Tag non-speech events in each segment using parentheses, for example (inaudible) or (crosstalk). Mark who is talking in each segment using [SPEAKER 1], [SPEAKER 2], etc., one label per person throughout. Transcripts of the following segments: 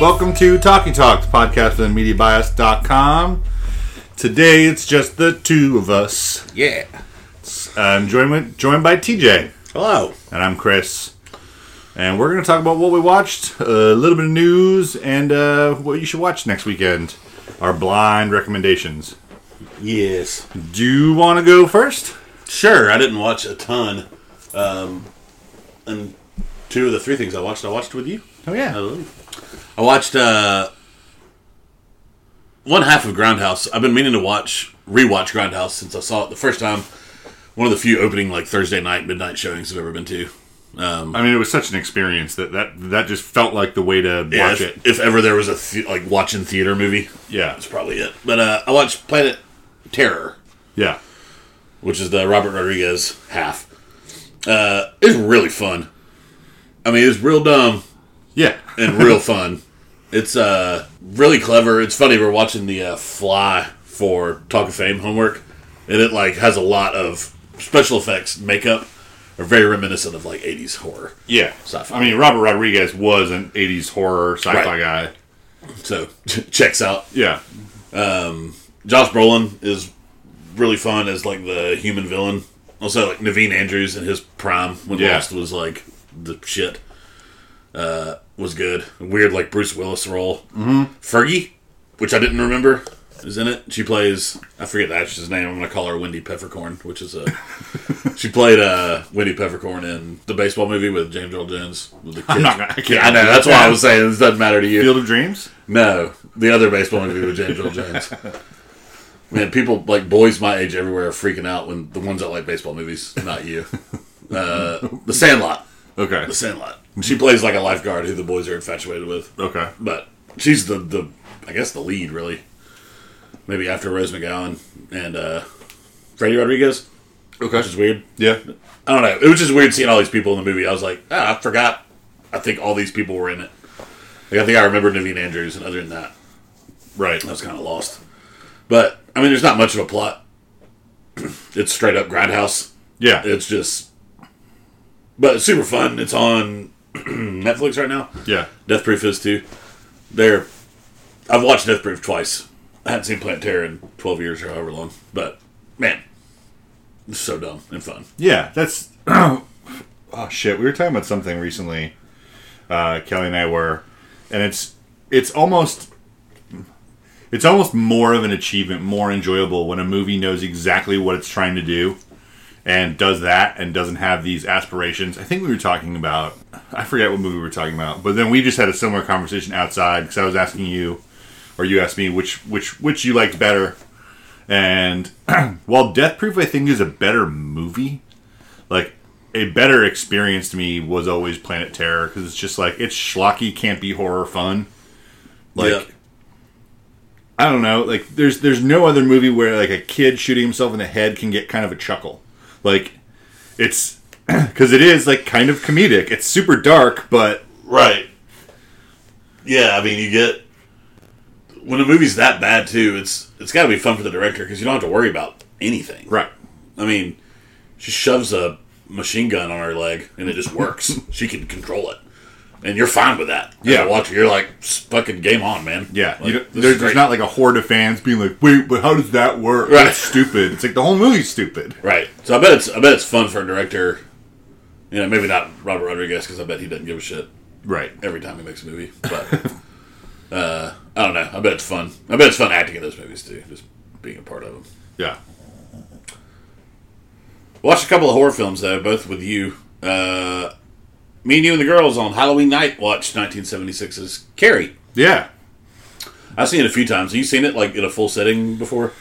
[SPEAKER 1] Welcome to Talking Talks, podcast on MediaBias.com. Today it's just the two of us.
[SPEAKER 2] Yeah.
[SPEAKER 1] I'm joined, with, joined by TJ,
[SPEAKER 2] Hello.
[SPEAKER 1] and I'm Chris. And we're going to talk about what we watched, a little bit of news, and uh, what you should watch next weekend. Our blind recommendations.
[SPEAKER 2] Yes.
[SPEAKER 1] Do you want to go first?
[SPEAKER 2] Sure. I didn't watch a ton. Um, and two of the three things I watched, I watched with you.
[SPEAKER 1] Oh, yeah.
[SPEAKER 2] I watched uh, one half of Groundhouse. I've been meaning to watch rewatch Groundhouse since I saw it the first time. One of the few opening like Thursday night midnight showings I've ever been to. Um,
[SPEAKER 1] I mean, it was such an experience that that, that just felt like the way to
[SPEAKER 2] Yeah,
[SPEAKER 1] watch
[SPEAKER 2] if,
[SPEAKER 1] it.
[SPEAKER 2] if ever there was a the- like watching theater movie,
[SPEAKER 1] Yeah.
[SPEAKER 2] that's probably it. But uh, I watched Planet Terror.
[SPEAKER 1] Yeah.
[SPEAKER 2] which is the Robert Rodriguez half. Uh, it's really fun. I mean, it's real dumb
[SPEAKER 1] Yeah.
[SPEAKER 2] and real (laughs) fun. It's uh, really clever. It's funny. We're watching the uh, Fly for Talk of Fame homework, and it like has a lot of special effects, makeup, are very reminiscent of like '80s horror.
[SPEAKER 1] Yeah.
[SPEAKER 2] Sci-fi.
[SPEAKER 1] I mean, Robert Rodriguez was an 80s horror sci fi
[SPEAKER 2] Right.
[SPEAKER 1] guy.
[SPEAKER 2] So (laughs) checks out.
[SPEAKER 1] Yeah.
[SPEAKER 2] Josh Brolin is really fun as like the human villain. Also, like Naveen Andrews in his prime when
[SPEAKER 1] Yeah.
[SPEAKER 2] Lost was like the shit. Uh, was good. Weird, like Bruce Willis role. Mm-hmm. Fergie, which I didn't remember, is in it. She plays. I forget the actress's name. I'm gonna call her Wendy Peppercorn,
[SPEAKER 1] (laughs)
[SPEAKER 2] which is a. she played uh, Wendy Peppercorn in the baseball movie with James Earl Jones. With the
[SPEAKER 1] I'm
[SPEAKER 2] kids.
[SPEAKER 1] not gonna- I can't-
[SPEAKER 2] I know. That's why I was saying this doesn't matter to you.
[SPEAKER 1] Field of Dreams?
[SPEAKER 2] No, the other baseball movie with James Earl Jones. Man, people like boys my age everywhere are freaking out when the ones that like baseball movies, not you. Uh, the Sandlot,
[SPEAKER 1] Okay.
[SPEAKER 2] the Sandlot. She plays like a lifeguard who the boys are infatuated with,
[SPEAKER 1] Okay.
[SPEAKER 2] but she's the the I guess the lead really. Maybe after Rose McGowan and uh, Freddie Rodriguez,
[SPEAKER 1] Okay.
[SPEAKER 2] which is weird.
[SPEAKER 1] Yeah.
[SPEAKER 2] I don't know. It was just weird seeing all these people in the movie. I was like, ah, I forgot. I think all these people were in it. Like I think I remember Naveen Andrews, and other than that,
[SPEAKER 1] Right.
[SPEAKER 2] I was kind of lost. But I mean, there's not much of a plot. (clears throat) it's straight up grindhouse.
[SPEAKER 1] Yeah.
[SPEAKER 2] It's just, but it's super fun. It's on (clears throat) Netflix right now.
[SPEAKER 1] yeah.
[SPEAKER 2] Death Proof is too. They're, I've watched Death Proof twice. I hadn't seen Planet Terror in 12 years or however long. But man, it's so dumb and fun.
[SPEAKER 1] Yeah. That's. (clears throat) oh, shit. We were talking about something recently, uh, Kelly and I were, and it's it's almost. It's almost more of an achievement, more enjoyable when a movie knows exactly what it's trying to do and does that and doesn't have these aspirations. I think we were talking about, I forget what movie we were talking about, but then we just had a similar conversation outside because I was asking you, or you asked me which which which you liked better. And (clears throat) while Death Proof, I think, is a better movie, like a better experience to me was always Planet Terror because it's just like it's schlocky, campy horror fun. Like
[SPEAKER 2] Yeah.
[SPEAKER 1] I don't know, like there's there's no other movie where like a kid shooting himself in the head can get kind of a chuckle. Like it's (clears throat) because it is like kind of comedic. It's super dark, but
[SPEAKER 2] Right. Yeah, I mean, you get when a movie's that bad too. It's it's got to be fun for the director because you don't have to worry about anything.
[SPEAKER 1] right,
[SPEAKER 2] I mean, she shoves a machine gun on her leg and it
[SPEAKER 1] (laughs)
[SPEAKER 2] just works. she can control it, and you're fine with that. As
[SPEAKER 1] Yeah.
[SPEAKER 2] a watcher, you're like "S- fucking game on, man.
[SPEAKER 1] yeah. you
[SPEAKER 2] Like, this
[SPEAKER 1] don't, there's,
[SPEAKER 2] is
[SPEAKER 1] there's
[SPEAKER 2] great.
[SPEAKER 1] not like a horde of fans being like, "Wait, but how does that work?"
[SPEAKER 2] Right.
[SPEAKER 1] That's stupid. It's like the whole movie's stupid.
[SPEAKER 2] right. So I bet it's I bet it's fun for a director. You know, maybe not Robert Rodriguez because I bet he doesn't give a shit.
[SPEAKER 1] Right.
[SPEAKER 2] every time he makes a movie. But (laughs) uh, I don't know. I bet it's fun. I bet it's fun acting in those movies too, just being a part of them.
[SPEAKER 1] Yeah.
[SPEAKER 2] Watched a couple of horror films though, both with you. Uh, me and you and the girls on Halloween night watched 1976's Carrie.
[SPEAKER 1] Yeah.
[SPEAKER 2] I've seen it a few times. Have you seen it like in a full setting before?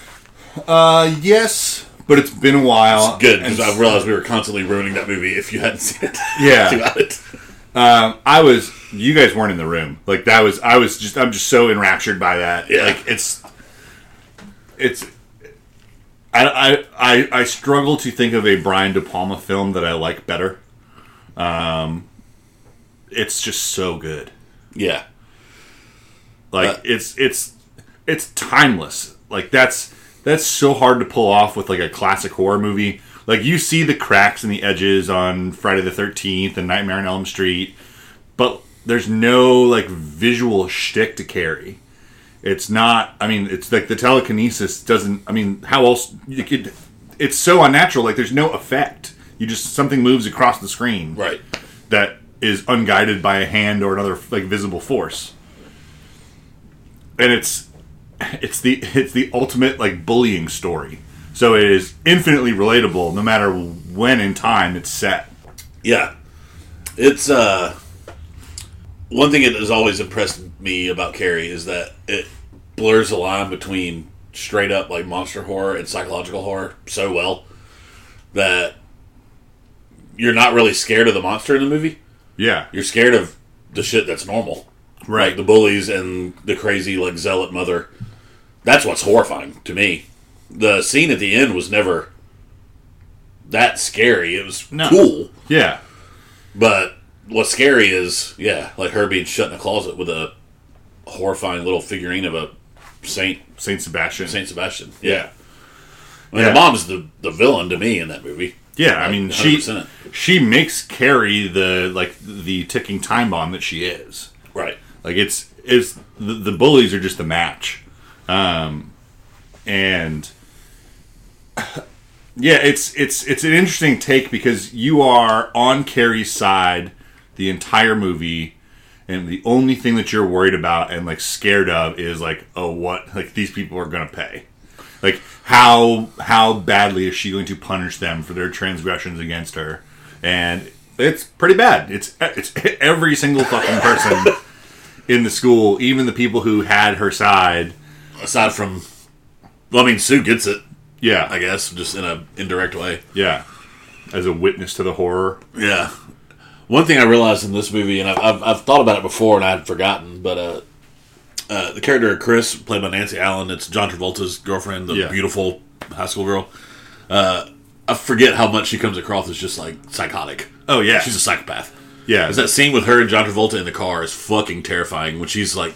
[SPEAKER 1] Uh, yes, but it's been a while.
[SPEAKER 2] Good,
[SPEAKER 1] And
[SPEAKER 2] because I realized we were constantly ruining that movie if you hadn't seen it.
[SPEAKER 1] Yeah.
[SPEAKER 2] (laughs) throughout it.
[SPEAKER 1] um, I was. You guys weren't in the room. Like that was. I was just. I'm just so enraptured by that.
[SPEAKER 2] Yeah.
[SPEAKER 1] Like it's. It's. I, I I I struggle to think of a Brian De Palma film that I like better. Um, it's just so good.
[SPEAKER 2] Yeah.
[SPEAKER 1] Like
[SPEAKER 2] Uh,
[SPEAKER 1] it's it's it's timeless. Like that's that's so hard to pull off with like a classic horror movie. Like you see the cracks and the edges on Friday the Thirteenth and Nightmare on Elm Street, but there's no like visual shtick to carry. It's not. I mean, it's like the telekinesis doesn't. I mean, how else you could? It's so unnatural. Like there's no effect. You just something moves across the screen
[SPEAKER 2] Right.
[SPEAKER 1] that is unguided by a hand or another like visible force. And it's it's the it's the ultimate like bullying story. So it is infinitely relatable no matter when in time it's set.
[SPEAKER 2] Yeah. It's uh one thing that has always impressed me about Carrie is that it blurs the line between straight up like monster horror and psychological horror so well that you're not really scared of the monster in the movie.
[SPEAKER 1] Yeah.
[SPEAKER 2] You're scared of the shit that's normal. Like the bullies and the crazy like zealot mother. That's what's horrifying to me. The scene at the end was never that scary. It was
[SPEAKER 1] No.
[SPEAKER 2] cool.
[SPEAKER 1] Yeah.
[SPEAKER 2] But what's scary is, yeah, like her being shut in a closet with a horrifying little figurine of a Saint
[SPEAKER 1] Saint Sebastian.
[SPEAKER 2] Saint Sebastian. Yeah. I mean,
[SPEAKER 1] Yeah.
[SPEAKER 2] the mom's the, the villain to me in that movie.
[SPEAKER 1] yeah, I mean she
[SPEAKER 2] 100%.
[SPEAKER 1] she makes Carrie the like the ticking time bomb that she is.
[SPEAKER 2] Right.
[SPEAKER 1] Like it's it's the, the bullies are just the match, um, and (sighs) yeah, it's it's it's an interesting take because you are on Carrie's side the entire movie, and the only thing that you're worried about and like scared of is like oh what like these people are gonna pay. Like how how badly is she going to punish them for their transgressions against her? And it's pretty bad. It's it's every single fucking person in the school, even the people who had her side.
[SPEAKER 2] Aside from well, I mean Sue gets it,
[SPEAKER 1] Yeah,
[SPEAKER 2] I guess, just in a indirect way.
[SPEAKER 1] yeah, as a witness to the horror.
[SPEAKER 2] Yeah. One thing I realized in this movie, and I've, I've, I've thought about it before and I had forgotten, but uh, uh, the character of Chris, played by Nancy Allen, it's John Travolta's girlfriend, the
[SPEAKER 1] Yeah.
[SPEAKER 2] beautiful high school girl. Uh, I forget how much she comes across as just like psychotic.
[SPEAKER 1] Oh yeah,
[SPEAKER 2] She's a psychopath.
[SPEAKER 1] yeah,
[SPEAKER 2] Because that scene with her and John Travolta in the car is fucking terrifying when she's like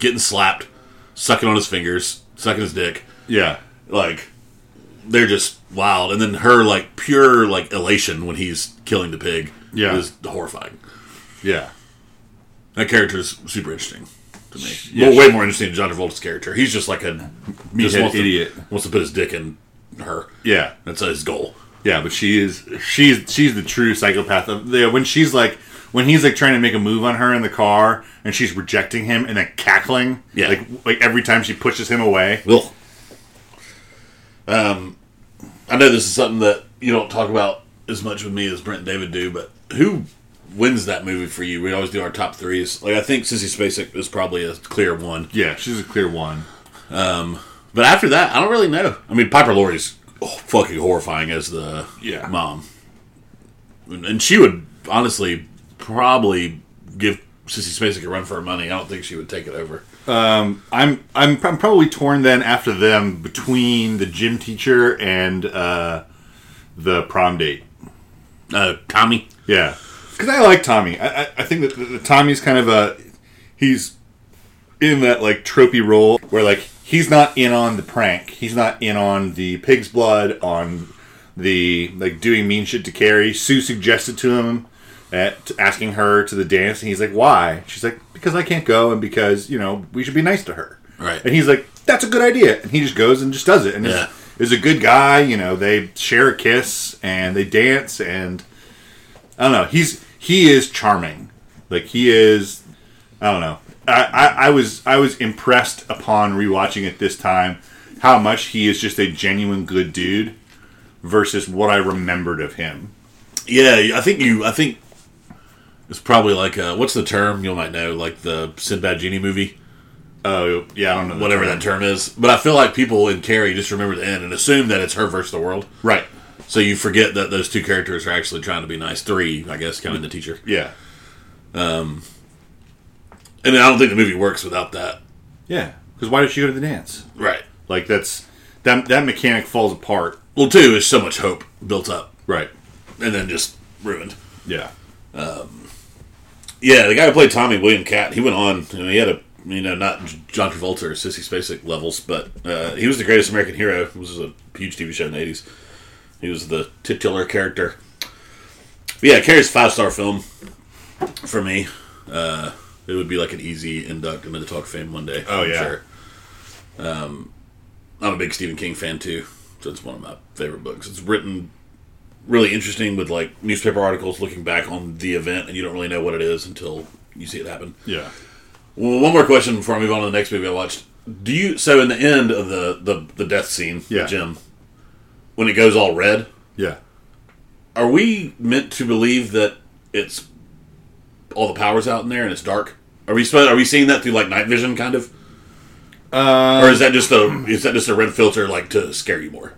[SPEAKER 2] getting slapped, sucking on his fingers, sucking his dick
[SPEAKER 1] yeah,
[SPEAKER 2] like they're just wild and then her like pure like elation when he's killing the pig
[SPEAKER 1] Yeah.
[SPEAKER 2] is horrifying
[SPEAKER 1] yeah,
[SPEAKER 2] that character's super interesting to me
[SPEAKER 1] Yeah,
[SPEAKER 2] well,
[SPEAKER 1] she-
[SPEAKER 2] way more interesting than john travolta's character he's just like a just
[SPEAKER 1] Meathead
[SPEAKER 2] wants to-
[SPEAKER 1] idiot.
[SPEAKER 2] wants to put his dick in her
[SPEAKER 1] yeah,
[SPEAKER 2] that's his goal
[SPEAKER 1] yeah. But she is she's she's the true psychopath. Of, yeah, when she's like when he's like trying to make a move on her in the car, and she's rejecting him and then cackling.
[SPEAKER 2] Yeah.
[SPEAKER 1] like like every time she pushes him away.
[SPEAKER 2] Will. Um, I know this is something that you don't talk about as much with me as Brent and David do, but who wins that movie for you? We always do our top threes. Like I think Sissy Spacek is probably a clear one,
[SPEAKER 1] Yeah, she's a clear one.
[SPEAKER 2] but after that, I don't really know. I mean, Piper Laurie's fucking horrifying as the
[SPEAKER 1] Yeah.
[SPEAKER 2] mom, and and she would honestly probably give Sissy Spacek a run for her money. I don't think she would take it over.
[SPEAKER 1] I'm I'm I'm probably torn then after them between the gym teacher and uh, the prom date.
[SPEAKER 2] Uh, Tommy,
[SPEAKER 1] Yeah, because I like Tommy. I, I, I think that, that Tommy's kind of a he's in that like tropey role where like he's not in on the prank. He's not in on the pig's blood on the like doing mean shit to Carrie. Sue suggested to him at asking her to the dance, and he's like, "Why?" She's like, "Because I can't go, and because you know we should be nice to her."
[SPEAKER 2] Right.
[SPEAKER 1] And he's like, "That's a good idea," and he just goes and just does it. And is- (laughs)
[SPEAKER 2] Yeah.
[SPEAKER 1] is a good guy. You know, they share a kiss and they dance and. I don't know. He's he is charming. Like he is. I don't know. I, I, I was I was impressed upon rewatching it this time how much he is just a genuine good dude versus what I remembered of him.
[SPEAKER 2] Yeah, I think you. I think it's probably like uh what's the term you might know, like the Sinbad genie movie,
[SPEAKER 1] Oh yeah, I don't know the
[SPEAKER 2] whatever
[SPEAKER 1] term.
[SPEAKER 2] that term is. But I feel like people in Carrie just remember the end and assume that it's her versus the world.
[SPEAKER 1] Right.
[SPEAKER 2] So you forget that those two characters are actually trying to be nice. Three, I guess, counting the teacher.
[SPEAKER 1] Yeah.
[SPEAKER 2] And I don't think the movie works without that.
[SPEAKER 1] Yeah. Because why did she go to the dance?
[SPEAKER 2] Right.
[SPEAKER 1] Like that's that that mechanic falls apart.
[SPEAKER 2] Well, two is so much hope built up
[SPEAKER 1] Right.
[SPEAKER 2] and then just ruined.
[SPEAKER 1] Yeah.
[SPEAKER 2] Yeah, the guy who played Tommy William Cat, he went on. I mean, he had a you know not J- John Travolta or Sissy Spacek levels, but uh, he was the greatest American hero. This was a huge TV show in the eighties. He was the titular character. But yeah, Carrie's five star film for me. Uh, it would be like an easy induct into the Talk of Fame one day.
[SPEAKER 1] Oh, yeah.
[SPEAKER 2] Um, I'm a big Stephen King fan too, so it's one of my favorite books. It's written really interesting with like newspaper articles looking back on the event, and you don't really know what it is until you see it happen.
[SPEAKER 1] Yeah.
[SPEAKER 2] Well, one more question before I move on to the next movie I watched. Do you so in the end of the the, the death scene,
[SPEAKER 1] Yeah.
[SPEAKER 2] Jim, when it goes all red,
[SPEAKER 1] Yeah.
[SPEAKER 2] are we meant to believe that it's all the powers out in there and it's dark? Are we supposed, are we seeing that through like night vision kind of?
[SPEAKER 1] Uh,
[SPEAKER 2] or is that just a is that just a red filter like to scare you more?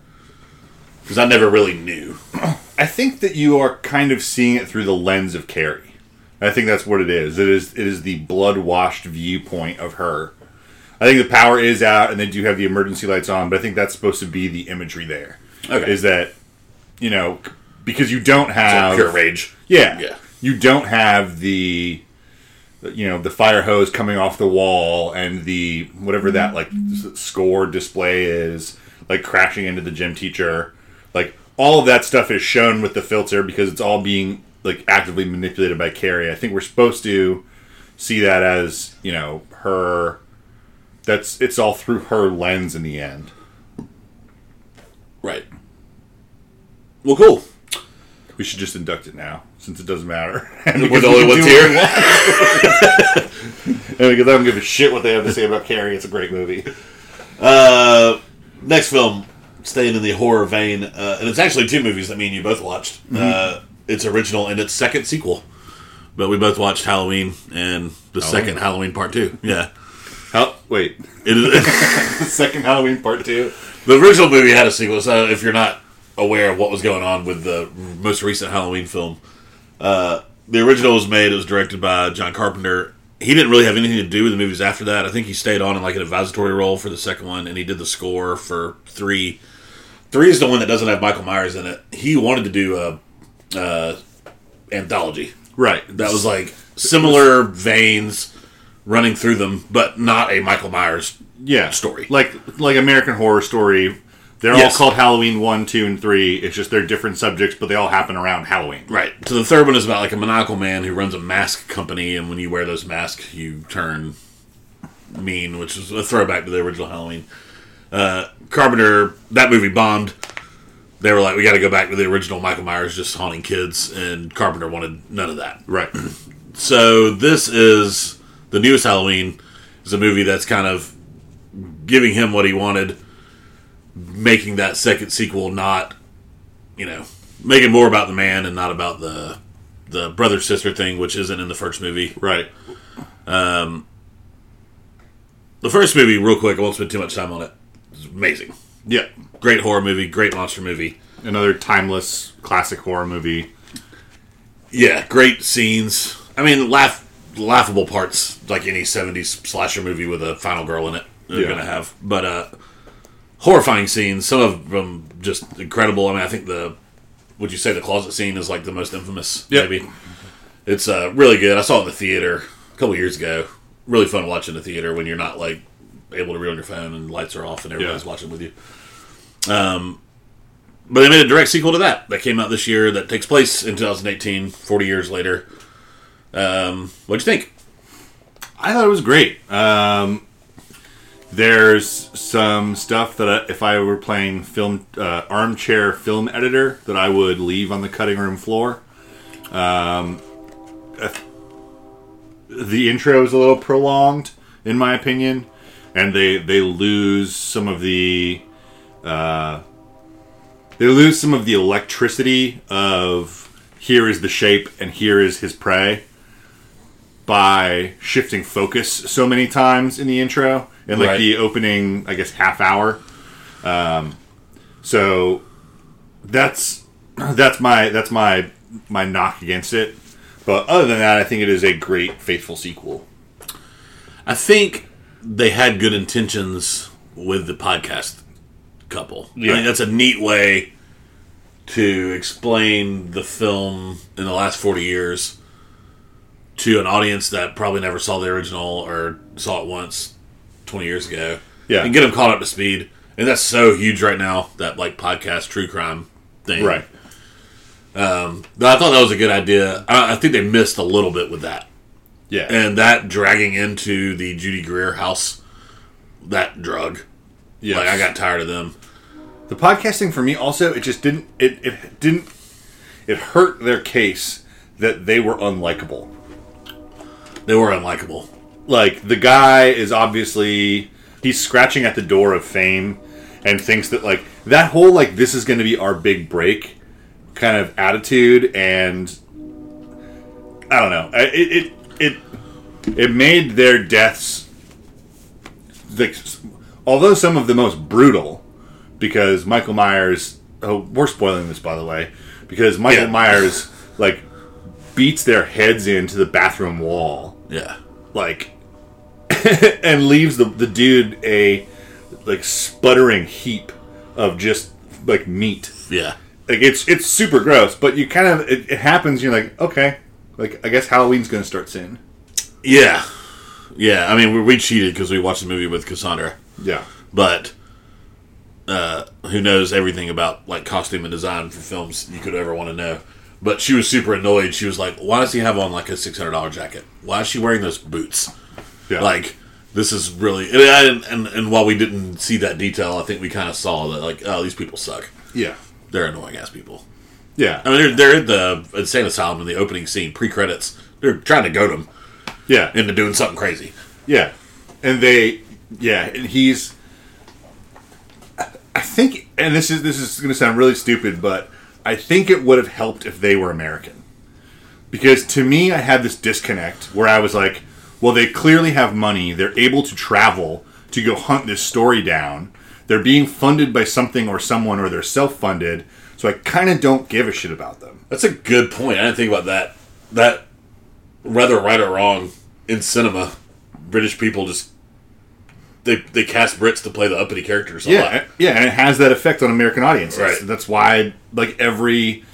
[SPEAKER 2] Because I never really knew.
[SPEAKER 1] I think that you are kind of seeing it through the lens of Carrie. I think that's what it is. It is it is the blood washed viewpoint of her. I think the power is out, and they do have the emergency lights on, but I think that's supposed to be the imagery there.
[SPEAKER 2] Okay.
[SPEAKER 1] Is that you know because you don't have
[SPEAKER 2] pure rage.
[SPEAKER 1] yeah
[SPEAKER 2] Yeah.
[SPEAKER 1] you don't have the you know the fire hose coming off the wall and the whatever that like
[SPEAKER 2] Mm-hmm.
[SPEAKER 1] s- score display is like crashing into the gym teacher like all of that stuff is shown with the filter because it's all being like actively manipulated by Carrie. I think we're supposed to see that as you know her that's it's all through her lens in the end.
[SPEAKER 2] Right. Well, cool.
[SPEAKER 1] We should just induct it now since it doesn't matter. (laughs)
[SPEAKER 2] We're
[SPEAKER 1] Because
[SPEAKER 2] the only
[SPEAKER 1] can
[SPEAKER 2] ones
[SPEAKER 1] do what (laughs) we
[SPEAKER 2] here.
[SPEAKER 1] want. And because I don't give a shit what they have to say about Carrie. It's a great movie.
[SPEAKER 2] Uh, next film, staying in the horror vein, uh, and it's actually two movies that me and you both watched. Uh, its original and its second sequel, but we both watched Halloween and the second Halloween Part Two. Yeah,
[SPEAKER 1] How, wait,
[SPEAKER 2] it
[SPEAKER 1] (laughs)
[SPEAKER 2] is, (laughs)
[SPEAKER 1] second Halloween part two.
[SPEAKER 2] the original movie had a sequel. So if you're not aware of what was going on with the most recent Halloween film, uh, the original was made. It was directed by John Carpenter. He didn't really have anything to do with the movies after that. I think he stayed on in like an advisory role for the second one, and he did the score for three. Three is the one that doesn't have Michael Myers in it. He wanted to do a, uh anthology
[SPEAKER 1] Right.
[SPEAKER 2] that was like similar veins running through them, but not a Michael Myers
[SPEAKER 1] yeah
[SPEAKER 2] story.
[SPEAKER 1] Like like American Horror Story. They're
[SPEAKER 2] Yes.
[SPEAKER 1] all called Halloween one, two, and three. It's just they're different subjects, but they all happen around Halloween.
[SPEAKER 2] Right. So the third one is about like a maniacal man who runs a mask company, and when you wear those masks, you turn mean, which is a throwback to the original Halloween. Uh, Carpenter, that movie bombed. They were like, we got to go back to the original Michael Myers just haunting kids, and Carpenter wanted none of that.
[SPEAKER 1] Right.
[SPEAKER 2] (clears throat) So this is the newest Halloween. Is a movie that's kind of giving him what he wanted, making that second sequel not, you know, making more about the man and not about the the brother sister thing, which isn't in the first movie. Um,
[SPEAKER 1] Right.
[SPEAKER 2] The first movie, real quick, I won't spend too much time on it. It's amazing,
[SPEAKER 1] Yeah.
[SPEAKER 2] great horror movie, great monster movie.
[SPEAKER 1] Another timeless classic horror movie.
[SPEAKER 2] Yeah, great scenes. I mean, laugh laughable parts like any '70s slasher movie with a final girl in it. They're
[SPEAKER 1] Yeah.
[SPEAKER 2] gonna have, but uh, horrifying scenes. Some of them just incredible. I mean, I think the would you say the closet scene is like the most infamous?
[SPEAKER 1] Yep.
[SPEAKER 2] Maybe it's uh, really good. I saw it in the theater a couple years ago. Really fun watching the theater when you're not like able to read on your phone and lights are off and everybody's
[SPEAKER 1] Yeah.
[SPEAKER 2] watching with you. Um, But they made a direct sequel to that that came out this year that takes place in 2018, 40 years later. Um, what'd you think?
[SPEAKER 1] I thought it was great. Um, there's some stuff that I, if I were playing film uh, armchair film editor, that I would leave on the cutting room floor. Um, uh, the intro is a little prolonged, in my opinion, and they they lose some of the uh, they lose some of the electricity of here is the shape and here is his prey by shifting focus so many times in the intro and like
[SPEAKER 2] Right.
[SPEAKER 1] the opening, I guess, half hour. Um, so that's that's my that's my my knock against it. But other than that, I think it is a great faithful sequel.
[SPEAKER 2] I think they had good intentions with the podcast couple. I
[SPEAKER 1] Yeah.
[SPEAKER 2] think that's a neat way to explain the film in the last 40 years to an audience that probably never saw the original or saw it once 20 years ago.
[SPEAKER 1] Yeah.
[SPEAKER 2] And get them caught up to speed. And that's so huge right now, that like podcast true crime thing.
[SPEAKER 1] Right.
[SPEAKER 2] But I thought that was a good idea. I, I think they missed a little bit with that.
[SPEAKER 1] Yeah.
[SPEAKER 2] and that dragging into the Judy Greer house, that drug.
[SPEAKER 1] yeah.
[SPEAKER 2] Like I got tired of them.
[SPEAKER 1] the podcasting for me also it just didn't it, it didn't it hurt their case that they were unlikable
[SPEAKER 2] They were unlikable.
[SPEAKER 1] like the guy is obviously he's scratching at the door of fame and thinks that like that whole like this is going to be our big break kind of attitude and i don't know I- it it it, it made their deaths the, although some of the most brutal because michael myers oh we're spoiling this by the way because michael
[SPEAKER 2] Yeah.
[SPEAKER 1] myers like beats their heads into the bathroom wall
[SPEAKER 2] Yeah.
[SPEAKER 1] like (laughs) and leaves the, the dude a like sputtering heap of just like meat
[SPEAKER 2] Yeah.
[SPEAKER 1] like it's it's super gross but you kind of it, it happens you're like okay like i guess halloween's gonna start soon
[SPEAKER 2] Yeah. Yeah. I mean, we, we cheated because we watched the movie with Cassandra,
[SPEAKER 1] yeah
[SPEAKER 2] but uh, who knows everything about like costume and design for films you could ever want to know. But she was super annoyed. She was like, "Why does he have on like a six hundred dollar jacket? Why is she wearing those boots?
[SPEAKER 1] yeah
[SPEAKER 2] Like, this is really." And, I, didn't- and and while we didn't see that detail, I think we kind of saw that like, oh, these people suck.
[SPEAKER 1] yeah
[SPEAKER 2] They're annoying ass people.
[SPEAKER 1] yeah
[SPEAKER 2] I mean, they're they're in the insane asylum in the opening scene, pre credits. They're trying to goad him
[SPEAKER 1] yeah
[SPEAKER 2] into doing something crazy.
[SPEAKER 1] Yeah, and they, yeah, and he's. I think, and this is this is going to sound really stupid, but I think it would have helped if they were American, because to me, I had this disconnect where I was like, well, they clearly have money; they're able to travel to go hunt this story down. They're being funded by something or someone, or they're self-funded. So I kind of don't give a shit about them.
[SPEAKER 2] That's a good point. I didn't think about that. That whether right or wrong in cinema, British people just they they cast Brits to play the uppity characters a lot.
[SPEAKER 1] Yeah, yeah, and it has that effect on American audiences.
[SPEAKER 2] Right.
[SPEAKER 1] That's why, like every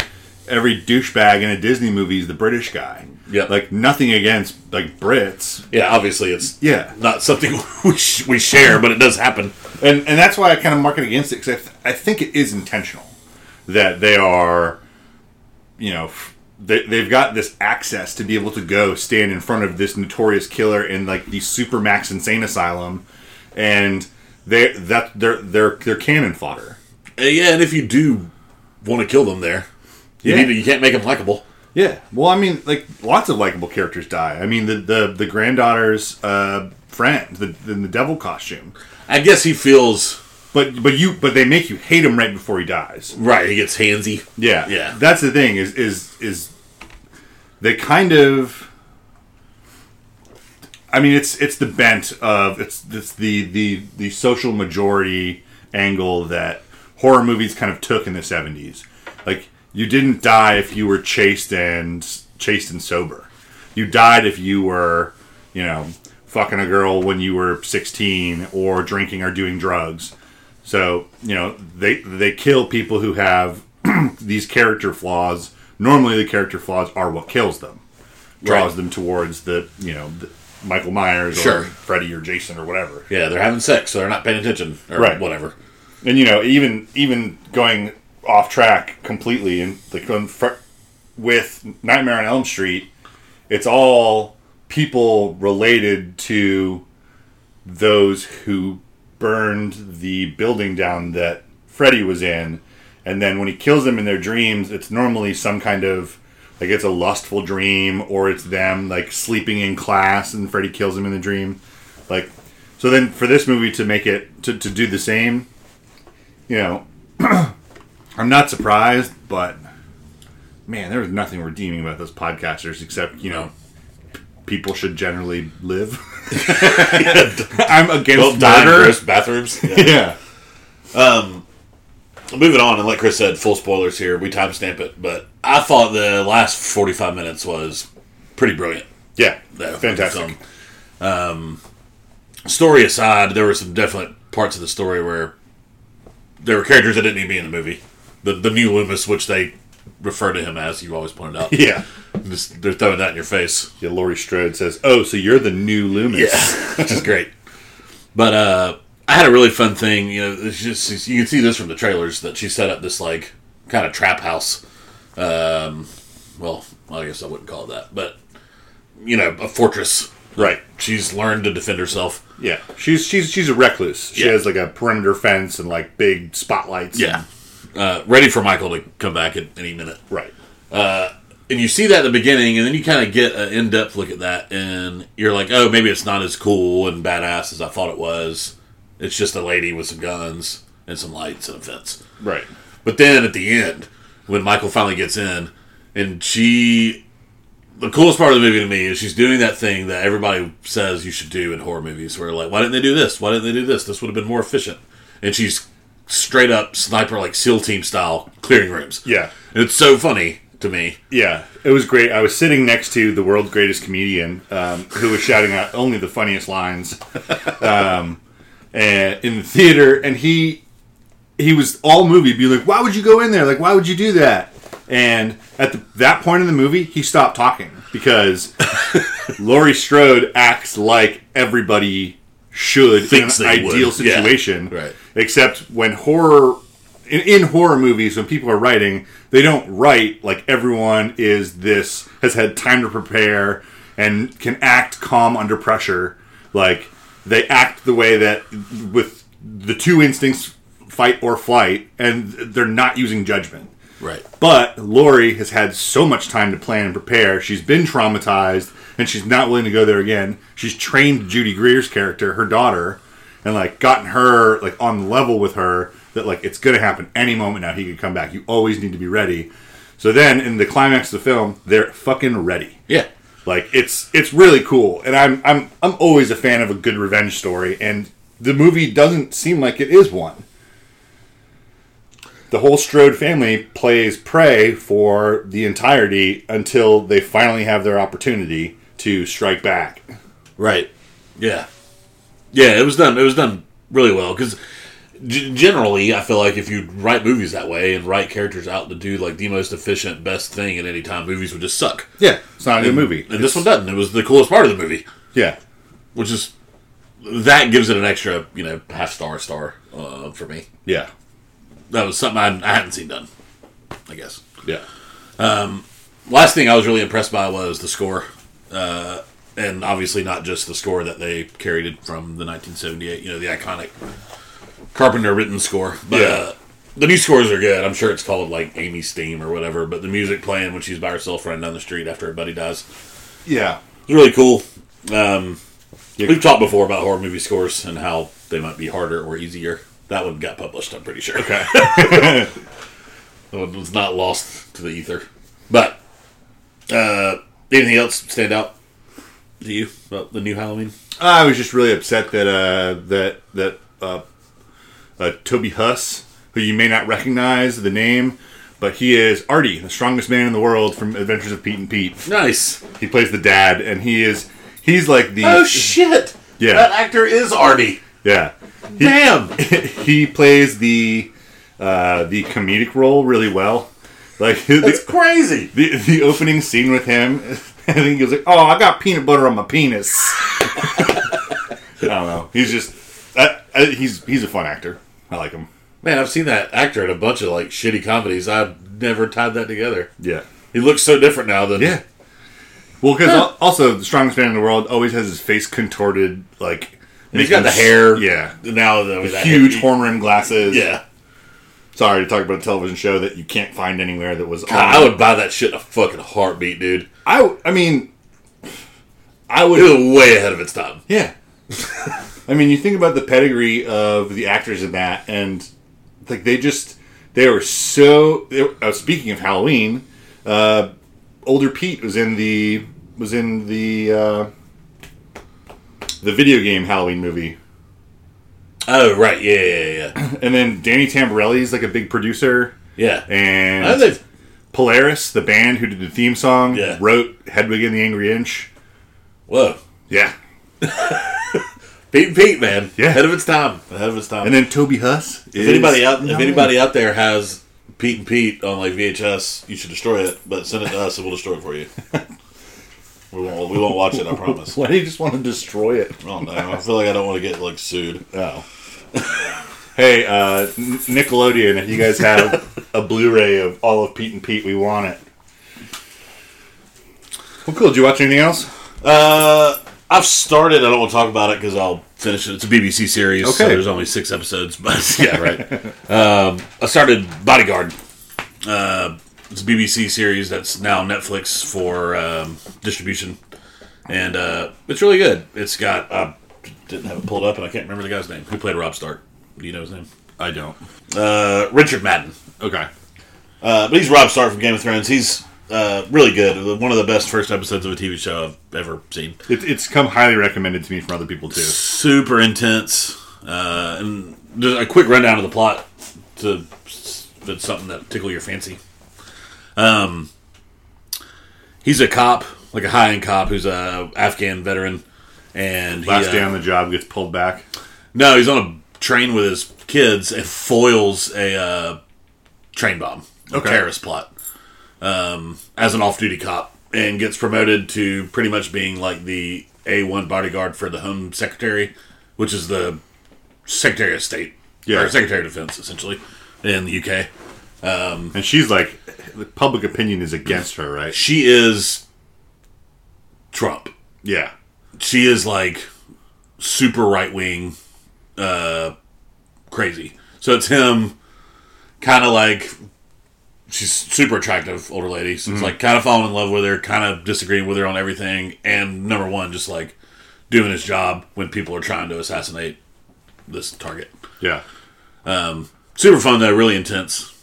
[SPEAKER 1] every douchebag in a Disney movie is the British guy.
[SPEAKER 2] Yeah.
[SPEAKER 1] like nothing against like Brits.
[SPEAKER 2] Yeah, obviously it's
[SPEAKER 1] Yeah,
[SPEAKER 2] not something (laughs) we sh- we share, but it does happen.
[SPEAKER 1] and and that's why I kind of mark it against it because I, th- I think it is intentional that they are, you know, f- they they've got this access to be able to go stand in front of this notorious killer in like the supermax insane asylum, and they that they're they're they're cannon fodder.
[SPEAKER 2] Uh, yeah, and if you do want to kill them, there you
[SPEAKER 1] Yeah.
[SPEAKER 2] need to, you can't make them likable.
[SPEAKER 1] Yeah. Well, I mean, like lots of likable characters die. I mean, the the the granddaughter's uh, friend, the in the devil costume.
[SPEAKER 2] I guess he feels
[SPEAKER 1] But but you but they make you hate him right before he dies.
[SPEAKER 2] right. He gets handsy.
[SPEAKER 1] Yeah.
[SPEAKER 2] Yeah.
[SPEAKER 1] That's the thing is is is they kind of. I mean, it's it's the bent of it's it's the the the social majority angle that horror movies kind of took in the seventies. Like you didn't die if you were chased and chased and sober. You died if you were, you know, fucking a girl when you were sixteen or drinking or doing drugs. So you know they they kill people who have (clears throat) these character flaws. Normally, the character flaws are what kills them, draws
[SPEAKER 2] Right.
[SPEAKER 1] them towards the you know the Michael Myers
[SPEAKER 2] Sure.
[SPEAKER 1] or Freddy or Jason or whatever.
[SPEAKER 2] Yeah, they're having sex, so they're not paying attention or
[SPEAKER 1] Right. (laughs)
[SPEAKER 2] whatever. (laughs)
[SPEAKER 1] And you know even even going off track completely and like going fr- with Nightmare on Elm Street, it's all people related to those who burned the building down that Freddy was in. And then when he kills them in their dreams, it's normally some kind of like it's a lustful dream or it's them like sleeping in class and Freddy kills them in the dream. Like so then for this movie to make it to, to do the same, you know, (clears throat) I'm not surprised, but man, there was nothing redeeming about those podcasters except, you know, people should generally live. (laughs) I'm against
[SPEAKER 2] Both die in
[SPEAKER 1] murder.
[SPEAKER 2] gross bathrooms. Yeah.
[SPEAKER 1] (laughs) Yeah.
[SPEAKER 2] Moving on, and like Chris said, full spoilers here. We timestamp it, but I thought the last forty-five minutes was pretty brilliant.
[SPEAKER 1] Yeah.
[SPEAKER 2] Though, with the
[SPEAKER 1] Fantastic.
[SPEAKER 2] film. Um, story aside, there were some definite parts of the story where there were characters that didn't need to be in the movie. The the new Loomis, which they refer to him as, you always
[SPEAKER 1] (laughs)
[SPEAKER 2] pointed out.
[SPEAKER 1] Yeah.
[SPEAKER 2] Just, they're throwing that in your face.
[SPEAKER 1] Yeah, Laurie Strode says, "Oh, so you're the new Loomis."
[SPEAKER 2] Yeah, which is great. But uh, I had a really fun thing. You know, it's just you can see this from the trailers that she set up this like kind of trap house. Um, well, I guess I wouldn't call it that, but you know, a fortress.
[SPEAKER 1] (laughs) Right.
[SPEAKER 2] She's learned to defend herself.
[SPEAKER 1] Yeah, she's she's she's a recluse. She
[SPEAKER 2] Yeah.
[SPEAKER 1] has like a perimeter fence and like big spotlights.
[SPEAKER 2] Yeah. Uh, ready for Michael to come back at any minute.
[SPEAKER 1] right.
[SPEAKER 2] And you see that at the beginning, and then you kind of get an in depth look at that, and you're like, oh, maybe it's not as cool and badass as I thought it was. It's just a lady with some guns and some lights and a fence.
[SPEAKER 1] Right.
[SPEAKER 2] But then at the end, when Michael finally gets in, and she. The coolest part of the movie to me is she's doing that thing that everybody says you should do in horror movies, where like, why didn't they do this? Why didn't they do this? This would have been more efficient. And she's straight up sniper, like SEAL team style, clearing rooms.
[SPEAKER 1] Yeah.
[SPEAKER 2] And it's so funny to me.
[SPEAKER 1] Yeah. It was great. I was sitting next to the world's greatest comedian, um, who was shouting out only the funniest lines, (laughs) um, and in the theater, and he he was all movie, be like, why would you go in there? Like, why would you do that? And at the, that point in the movie, he stopped talking because (laughs) Laurie Strode acts like everybody should
[SPEAKER 2] Thinks
[SPEAKER 1] in an
[SPEAKER 2] they would.
[SPEAKER 1] ideal
[SPEAKER 2] Yeah.
[SPEAKER 1] situation,
[SPEAKER 2] Right.
[SPEAKER 1] Except when horror in, in horror movies, when people are writing, they don't write like everyone is this has had time to prepare and can act calm under pressure. Like they act the way that with the two instincts, fight or flight, and they're not using judgment.
[SPEAKER 2] Right.
[SPEAKER 1] But Lori has had so much time to plan and prepare. She's been traumatized, and she's not willing to go there again. She's trained Judy Greer's character, her daughter, and like gotten her like on level with her that like it's gonna happen any moment now. He could come back. You always need to be ready. So then, in the climax of the film, they're fucking ready.
[SPEAKER 2] Yeah.
[SPEAKER 1] Like it's it's really cool, and I'm I'm I'm always a fan of a good revenge story, and the movie doesn't seem like it is one. The whole Strode family plays prey for the entirety until they finally have their opportunity to strike back.
[SPEAKER 2] Right. Yeah. Yeah, it was done. It was done really well because g- generally, I feel like if you write movies that way and write characters out to do like the most efficient, best thing at any time, movies would just suck.
[SPEAKER 1] Yeah, it's not a good movie.
[SPEAKER 2] And this one doesn't. It was the coolest part of the movie,
[SPEAKER 1] Yeah,
[SPEAKER 2] which is that gives it an extra, you know, half star star uh, for me.
[SPEAKER 1] yeah,
[SPEAKER 2] That was something I, I hadn't seen done. I guess.
[SPEAKER 1] yeah.
[SPEAKER 2] last thing I was really impressed by was the score, uh, and obviously not just the score that they carried it from the 1978. You know, the iconic Carpenter written score. But,
[SPEAKER 1] Yeah.
[SPEAKER 2] uh, the new scores are good. I'm sure it's called like Amy's theme or whatever. But the music playing when she's by herself running down the street after her buddy dies,
[SPEAKER 1] Yeah.
[SPEAKER 2] it's really cool. Um, We've talked before about horror movie scores and how they might be harder or easier. That one got published, I'm pretty sure. (laughs) Okay. that one was not lost to the ether. But uh, anything else stand out to you about the new Halloween?
[SPEAKER 1] I was just really upset that uh, that that uh, uh, Toby Huss, who you may not recognize the name, but he is Artie, the strongest man in the world from Adventures of Pete and Pete.
[SPEAKER 2] Nice.
[SPEAKER 1] He plays the dad, and he is he's like the
[SPEAKER 2] Oh shit!
[SPEAKER 1] Yeah.
[SPEAKER 2] that actor is Artie.
[SPEAKER 1] yeah
[SPEAKER 2] Damn.
[SPEAKER 1] he plays the uh, the comedic role really well. Like (laughs) the,
[SPEAKER 2] That's (laughs) crazy.
[SPEAKER 1] the the opening scene with him, (laughs) I think he was like, "Oh, I got peanut butter on my penis." (laughs) I don't know. He's just I, I, he's he's a fun actor. I like him.
[SPEAKER 2] Man, I've seen that actor in a bunch of like shitty comedies. I've never tied that together.
[SPEAKER 1] Yeah.
[SPEAKER 2] He looks so different now than
[SPEAKER 1] Yeah. Well, because
[SPEAKER 2] Huh.
[SPEAKER 1] also the strongest man in the world always has his face contorted, like
[SPEAKER 2] And he's got the hair.
[SPEAKER 1] Yeah,
[SPEAKER 2] Now though, that
[SPEAKER 1] huge
[SPEAKER 2] hair-
[SPEAKER 1] horn rim glasses.
[SPEAKER 2] Yeah.
[SPEAKER 1] Sorry to talk about a television show that you can't find anywhere that was.
[SPEAKER 2] God, I would buy that shit in a fucking heartbeat, dude.
[SPEAKER 1] I I mean,
[SPEAKER 2] I would. It was way ahead of its time.
[SPEAKER 1] yeah. (laughs) I mean, you think about the pedigree of the actors in that, and like they just they were so. They, uh, speaking of Halloween, uh, older Pete was in the was in the uh, the video game Halloween movie.
[SPEAKER 2] Oh right, yeah, yeah, (clears throat) yeah,
[SPEAKER 1] And then Danny Tamborelli is like a big producer,
[SPEAKER 2] yeah. yeah.
[SPEAKER 1] and
[SPEAKER 2] I think
[SPEAKER 1] Polaris, the band who did the theme song,
[SPEAKER 2] Yeah.
[SPEAKER 1] wrote Hedwig and the Angry Inch.
[SPEAKER 2] whoa,
[SPEAKER 1] Yeah,
[SPEAKER 2] Pete and Pete, man,
[SPEAKER 1] Yeah.
[SPEAKER 2] ahead of its time, ahead of its time.
[SPEAKER 1] and then Toby Huss.
[SPEAKER 2] if anybody out, if anybody out there has Pete and Pete on like VHS, you should destroy it, but send it to us and we'll destroy it (laughs) for you. we won't, we won't watch it. I (laughs) promise. I
[SPEAKER 1] why do you just want to destroy it?
[SPEAKER 2] don't know. I feel like I don't want to get like sued.
[SPEAKER 1] Oh. hey, uh, N- Nickelodeon, if you guys have a Blu-ray of all of Pete and Pete, we want it. Well, cool. Did you watch anything else?
[SPEAKER 2] Uh, I've started. I don't want to talk about it because I'll finish it. It's a BBC series. so
[SPEAKER 1] Okay.
[SPEAKER 2] there's only six episodes, (laughs) but yeah, right. um, I started Bodyguard. Uh, it's a BBC series that's now Netflix for um, distribution, and uh, it's really good. It's got. I didn't have it pulled up, and I can't remember the guy's name. Who played Rob Stark? Do you know his name?
[SPEAKER 1] I don't.
[SPEAKER 2] Uh, Richard Madden.
[SPEAKER 1] Okay.
[SPEAKER 2] Uh, but he's Rob Stark from Game of Thrones. He's uh, really good. One of the best first episodes of a TV show I've ever seen.
[SPEAKER 1] It, it's come highly recommended to me from other people too.
[SPEAKER 2] super intense. Uh, and just a quick rundown of the plot to if it's something that tickle your fancy. Um, he's a cop, like a high end cop who's a Afghan veteran, and he,
[SPEAKER 1] Last
[SPEAKER 2] uh,
[SPEAKER 1] day on the job gets pulled back.
[SPEAKER 2] no, he's on a train with his kids and foils a uh, train bomb, a
[SPEAKER 1] Okay.
[SPEAKER 2] terrorist plot, um, as an off-duty cop, and gets promoted to pretty much being like the A1 bodyguard for the Home Secretary, which is the Secretary of State
[SPEAKER 1] Yeah.
[SPEAKER 2] or Secretary of Defense, essentially, in the UK.
[SPEAKER 1] And she's like, the public opinion is against her, right?
[SPEAKER 2] She is Trump.
[SPEAKER 1] Yeah.
[SPEAKER 2] she is like super right wing, uh, crazy. So it's him, kind of like she's super attractive older lady. So it's like kind of falling in love with her, kind of disagreeing with her on everything, and number one, just like doing his job when people are trying to assassinate this target.
[SPEAKER 1] Yeah.
[SPEAKER 2] Super fun though, really intense.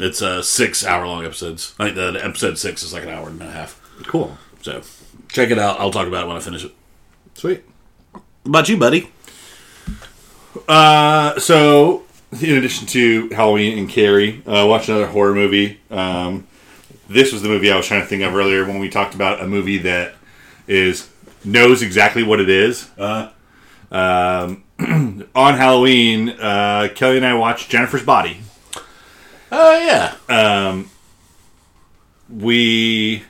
[SPEAKER 2] It's uh, six hour long episodes. I think the episode six is like an hour and a half.
[SPEAKER 1] Cool.
[SPEAKER 2] So check it out. I'll talk about it when I finish it.
[SPEAKER 1] Sweet.
[SPEAKER 2] What about you, buddy?
[SPEAKER 1] Uh, so, in addition to Halloween and Carrie, uh, watch another horror movie. Um, this was the movie I was trying to think of earlier when we talked about a movie that is knows exactly what it is. Uh, um, (clears throat) on Halloween, uh, Kelly and I watched Jennifer's Body.
[SPEAKER 2] Oh yeah.
[SPEAKER 1] we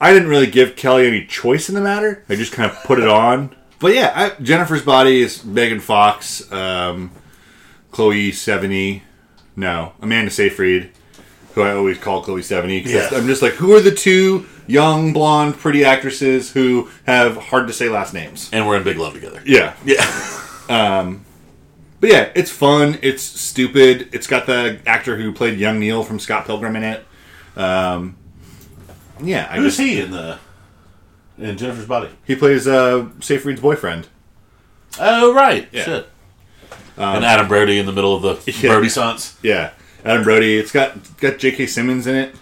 [SPEAKER 1] I didn't really give Kelly any choice in the matter. I just kind of put it on. But yeah, I, Jennifer's Body is Megan Fox, um, Chloe Seventy, no Amanda Seyfried, who I always call Chloe Seventy.
[SPEAKER 2] Yeah.
[SPEAKER 1] I'm just like, who are the two young blonde pretty actresses who have hard to say last names?
[SPEAKER 2] and we're in big love together.
[SPEAKER 1] Yeah,
[SPEAKER 2] (laughs) Yeah,
[SPEAKER 1] But yeah, it's fun. It's stupid. It's got the actor who played Young Neil from Scott Pilgrim in it. Um, yeah, I
[SPEAKER 2] who's
[SPEAKER 1] just,
[SPEAKER 2] he in the in Jennifer's body?
[SPEAKER 1] he plays uh, Seyfried's boyfriend.
[SPEAKER 2] Oh right,
[SPEAKER 1] Yeah.
[SPEAKER 2] shit. Um, and Adam Brody in the middle of (laughs) the
[SPEAKER 1] Yeah.
[SPEAKER 2] Brody sons.
[SPEAKER 1] Yeah, Adam Brody. It's got it's got J.K. Simmons in it.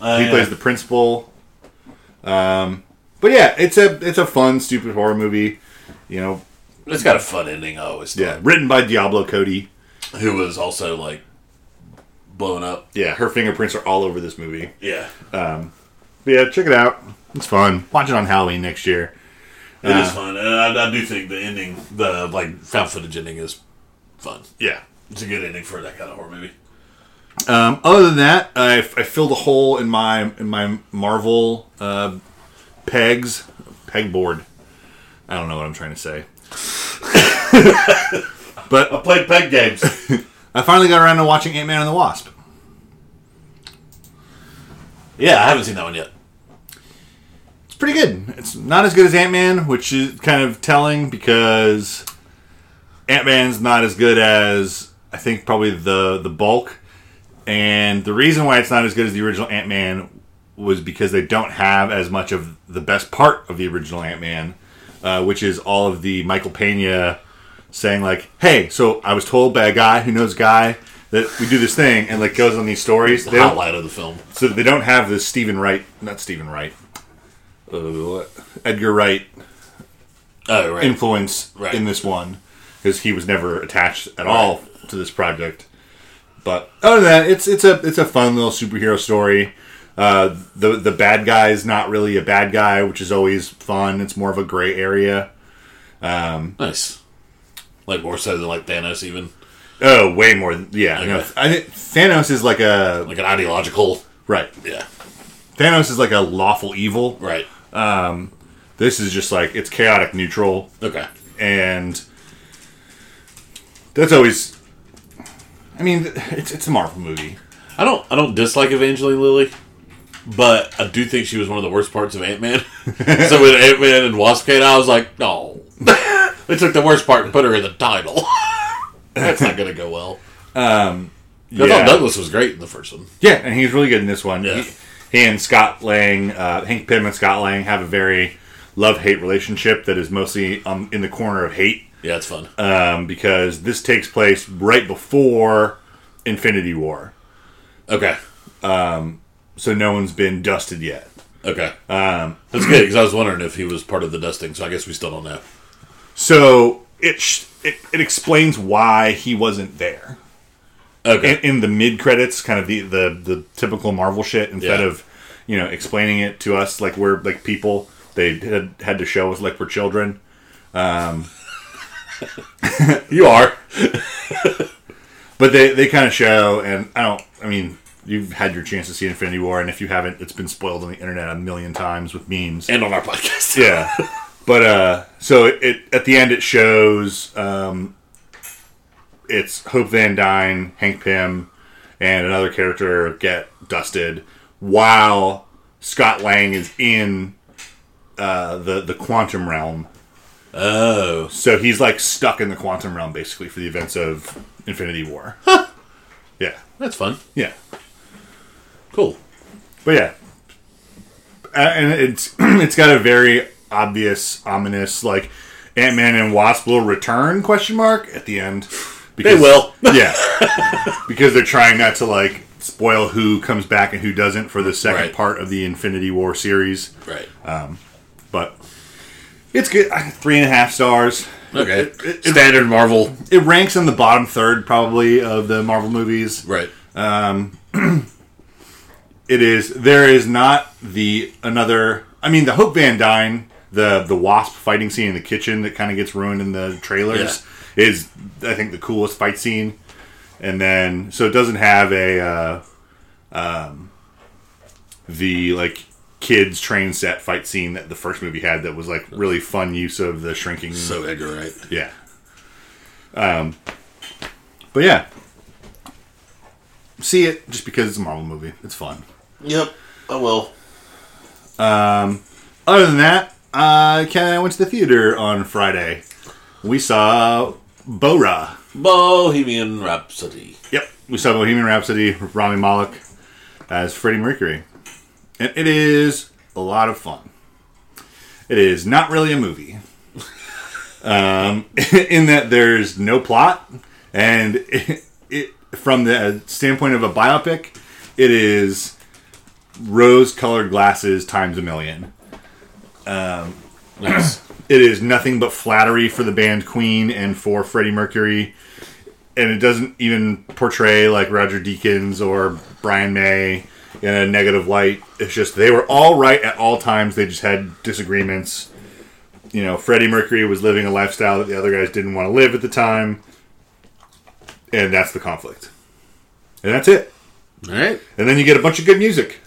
[SPEAKER 2] Oh,
[SPEAKER 1] He
[SPEAKER 2] Uh,
[SPEAKER 1] plays the principal. Um, but yeah, it's a it's a fun, stupid horror movie. You know,
[SPEAKER 2] It's got a fun ending. I always thought.
[SPEAKER 1] yeah, written by Diablo Cody.
[SPEAKER 2] Who was also like blown up. Uh,
[SPEAKER 1] Yeah, her fingerprints are all over this movie.
[SPEAKER 2] Yeah,
[SPEAKER 1] But yeah, check it out. It's fun. Watch it on Halloween next year. Uh,
[SPEAKER 2] it is fun, and I, I do think the ending, the like found footage ending, is fun.
[SPEAKER 1] Yeah.
[SPEAKER 2] It's a good ending for that kind of horror movie.
[SPEAKER 1] Um, other than that, I, I filled a hole in my in my Marvel uh, pegs pegboard. I don't know what I'm trying to say, (laughs) but
[SPEAKER 2] Played peg games. (laughs)
[SPEAKER 1] I finally got around to watching Ant Man and the Wasp.
[SPEAKER 2] yeah, I haven't seen that one yet.
[SPEAKER 1] It's pretty good. It's not as good as Ant Man, which is kind of telling because Ant Man's not as good as I think probably the the bulk. And the reason why it's not as good as the original Ant Man was because they don't have as much of the best part of the original Ant Man, uh, which is all of the Michael Pena saying like, "Hey, so I was told by a guy who knows a guy that we do this thing," and like goes on these stories. They don't-
[SPEAKER 2] Highlight of the film.
[SPEAKER 1] so they don't have the Stephen Wright, not Stephen Wright, uh, Edgar Wright
[SPEAKER 2] Oh right.
[SPEAKER 1] influence
[SPEAKER 2] Right.
[SPEAKER 1] in this one because he was never attached at all to this project. But other than that, it's it's a it's a fun little superhero story. Uh, the the bad guy is not really a bad guy, which is always fun. It's more of a gray area.
[SPEAKER 2] nice. Like more so than like Thanos, even
[SPEAKER 1] Oh, way more. th- Yeah, no,
[SPEAKER 2] Okay.
[SPEAKER 1] I think Thanos is like a
[SPEAKER 2] like an ideological.
[SPEAKER 1] right.
[SPEAKER 2] Yeah.
[SPEAKER 1] Thanos is like a lawful evil.
[SPEAKER 2] Right.
[SPEAKER 1] This is just like it's chaotic neutral.
[SPEAKER 2] Okay.
[SPEAKER 1] and that's always. I mean, it's it's a Marvel movie.
[SPEAKER 2] I don't I don't dislike Evangeline Lilly. But I do think she was one of the worst parts of Ant Man. (laughs) so when Ant Man and Wasp came out, I was like, no. (laughs) they took the worst part and put her in the title. (laughs) That's not going to go well. Um, I
[SPEAKER 1] Yeah.
[SPEAKER 2] thought Douglas was great in the first one.
[SPEAKER 1] Yeah, and he's really good in this one.
[SPEAKER 2] Yeah.
[SPEAKER 1] He, he and Scott Lang, uh, Hank Pym and Scott Lang have a very love hate relationship that is mostly um, in the corner of hate
[SPEAKER 2] Yeah, it's fun.
[SPEAKER 1] um, because this takes place right before Infinity War.
[SPEAKER 2] okay.
[SPEAKER 1] So no one's been dusted yet.
[SPEAKER 2] Okay. Um, That's good because I was wondering if he was part of the dusting, so I guess we still don't know.
[SPEAKER 1] So it, sh- it, it explains why he wasn't there.
[SPEAKER 2] Okay.
[SPEAKER 1] in, in the mid credits, kind of the, the the typical Marvel shit. Instead
[SPEAKER 2] Yeah.
[SPEAKER 1] of you know explaining it to us like we're like people, they had, had to show us like we're children.
[SPEAKER 2] you are.
[SPEAKER 1] But they they kind of show, and I don't. I mean, you've had your chance to see Infinity War, and if you haven't, it's been spoiled on the internet a million times with memes.
[SPEAKER 2] And on our podcast.
[SPEAKER 1] yeah. But uh, so it, it at the end it shows um, it's Hope Van Dyne, Hank Pym, and another character get dusted while Scott Lang is in uh, the the quantum realm.
[SPEAKER 2] Oh.
[SPEAKER 1] So he's like stuck in the quantum realm basically for the events of Infinity War. Yeah,
[SPEAKER 2] That's fun.
[SPEAKER 1] yeah,
[SPEAKER 2] Cool.
[SPEAKER 1] but yeah, Uh, and it's (clears throat) it's got a very obvious ominous like Ant Man and Wasp will return question mark at the end.
[SPEAKER 2] They
[SPEAKER 1] Because
[SPEAKER 2] will. (laughs)
[SPEAKER 1] yeah, because they're trying not to like spoil who comes back and who doesn't for the second
[SPEAKER 2] Right.
[SPEAKER 1] part of the Infinity War series.
[SPEAKER 2] Right.
[SPEAKER 1] But it's good. I- Three and a half stars.
[SPEAKER 2] Okay.
[SPEAKER 1] It, it- it-
[SPEAKER 2] Standard Marvel.
[SPEAKER 1] it ranks in the bottom third probably of the Marvel movies.
[SPEAKER 2] Right.
[SPEAKER 1] It is. There is not the another. I mean, the Hope Van Dyne, the the wasp fighting scene in the kitchen that kind of gets ruined in the trailers is, I think, the coolest fight scene. And then, so it doesn't have a, uh, um, the like kids train set fight scene that the first movie had that was like really fun use of the shrinking.
[SPEAKER 2] So Edgar, right?
[SPEAKER 1] Yeah. Um, but yeah, see it just because it's a Marvel movie. It's fun.
[SPEAKER 2] Yep. Oh, I will.
[SPEAKER 1] Other than that, uh, Ken and I went to the theater on Friday. We saw Bora.
[SPEAKER 2] Bohemian Rhapsody.
[SPEAKER 1] Yep. We saw Bohemian Rhapsody with Rami Malek as Freddie Mercury. And it is a lot of fun. It is not really a movie. (laughs) um, (laughs) in that there's no plot, and (laughs) it, it from the standpoint of a biopic, it is rose-colored glasses times a million. Um,
[SPEAKER 2] Nice.
[SPEAKER 1] It is nothing but flattery for the band Queen and for Freddie Mercury. And it doesn't even portray like Roger Deakins or Brian May in a negative light. It's just they were all right at all times. They just had disagreements. You know, Freddie Mercury was living a lifestyle that the other guys didn't want to live at the time. And that's the conflict. And that's it.
[SPEAKER 2] All right.
[SPEAKER 1] And then you get a bunch of good music.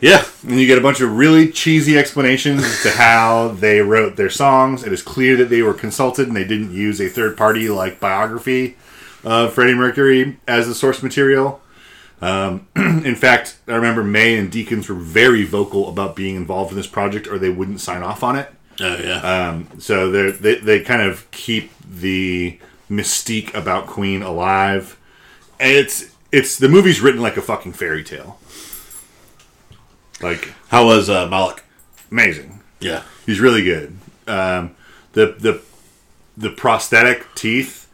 [SPEAKER 2] Yeah.
[SPEAKER 1] And you get a bunch of really cheesy explanations as to how they wrote their songs. It is clear that they were consulted and they didn't use a third party like biography of Freddie Mercury as the source material. Um, (clears throat) in fact, I remember May and Deacons were very vocal about being involved in this project or they wouldn't sign off on it.
[SPEAKER 2] Oh yeah.
[SPEAKER 1] So they're- they they kind of keep the mystique about Queen alive. And it's it's the movie's written like a fucking fairy tale. Like
[SPEAKER 2] How was uh, Malik?
[SPEAKER 1] amazing.
[SPEAKER 2] Yeah.
[SPEAKER 1] He's really good. Um, the the the prosthetic teeth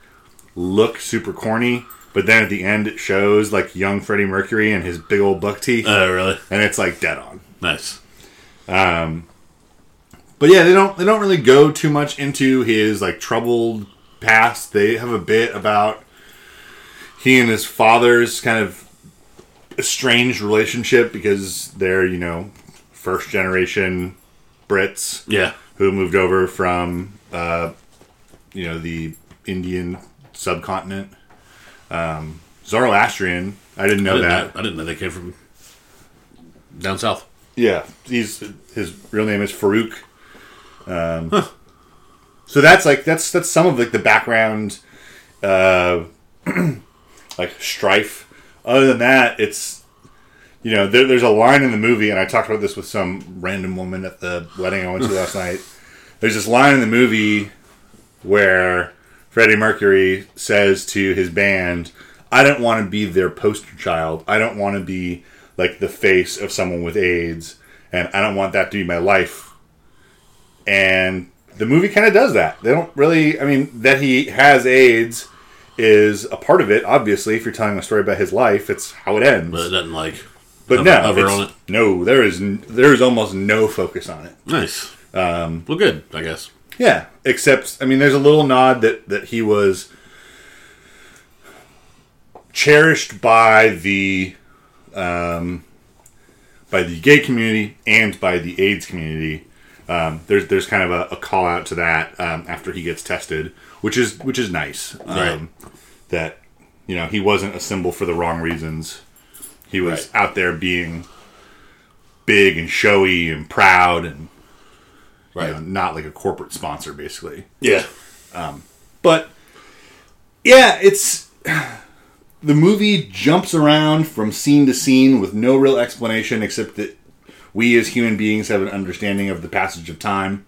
[SPEAKER 1] look super corny, but then at the end it shows like young Freddie Mercury and his big old buck teeth,
[SPEAKER 2] Oh really?
[SPEAKER 1] and it's like dead on.
[SPEAKER 2] Nice.
[SPEAKER 1] But yeah, they don't they don't really go too much into his like troubled past. They have a bit about he and his father's kind of estranged relationship because they're you know first generation Brits.
[SPEAKER 2] Yeah.
[SPEAKER 1] who moved over from uh, you know the Indian subcontinent. Um, Zoroastrian, I didn't know
[SPEAKER 2] I didn't
[SPEAKER 1] that.
[SPEAKER 2] know, I didn't know they came from down south.
[SPEAKER 1] Yeah, he's his real name is Farouk. Um, So that's like that's that's some of like the background, (clears throat) uh, like strife. Other than that, it's you know, there, there's a line in the movie, and I talked about this with some random woman at the wedding I went to last night. There's this line in the movie where Freddie Mercury says to his band, I don't want to be their poster child. I don't want to be like the face of someone with AIDS, and I don't want that to be my life. And the movie kind of does that. They don't really, I mean, that he has AIDS is a part of it, obviously. If you're telling a story about his life, it's how it ends.
[SPEAKER 2] But it doesn't like.
[SPEAKER 1] But
[SPEAKER 2] hover-
[SPEAKER 1] no,
[SPEAKER 2] hover
[SPEAKER 1] it's-
[SPEAKER 2] on it.
[SPEAKER 1] no, there is n- there is almost no focus on it.
[SPEAKER 2] Nice. Um, well, good. I guess.
[SPEAKER 1] Yeah, except I mean, there's a little nod that that he was cherished by the um, by the gay community and by the AIDS community. Um, there's there's kind of a, a call out to that um, after he gets tested, which is which is nice. Um,
[SPEAKER 2] Right.
[SPEAKER 1] That you know he wasn't a symbol for the wrong reasons. He was out there being big and showy and proud and
[SPEAKER 2] Right.
[SPEAKER 1] you know, not like a corporate sponsor basically
[SPEAKER 2] Yeah.
[SPEAKER 1] but yeah it's (sighs) the movie jumps around from scene to scene with no real explanation except that we as human beings have an understanding of the passage of time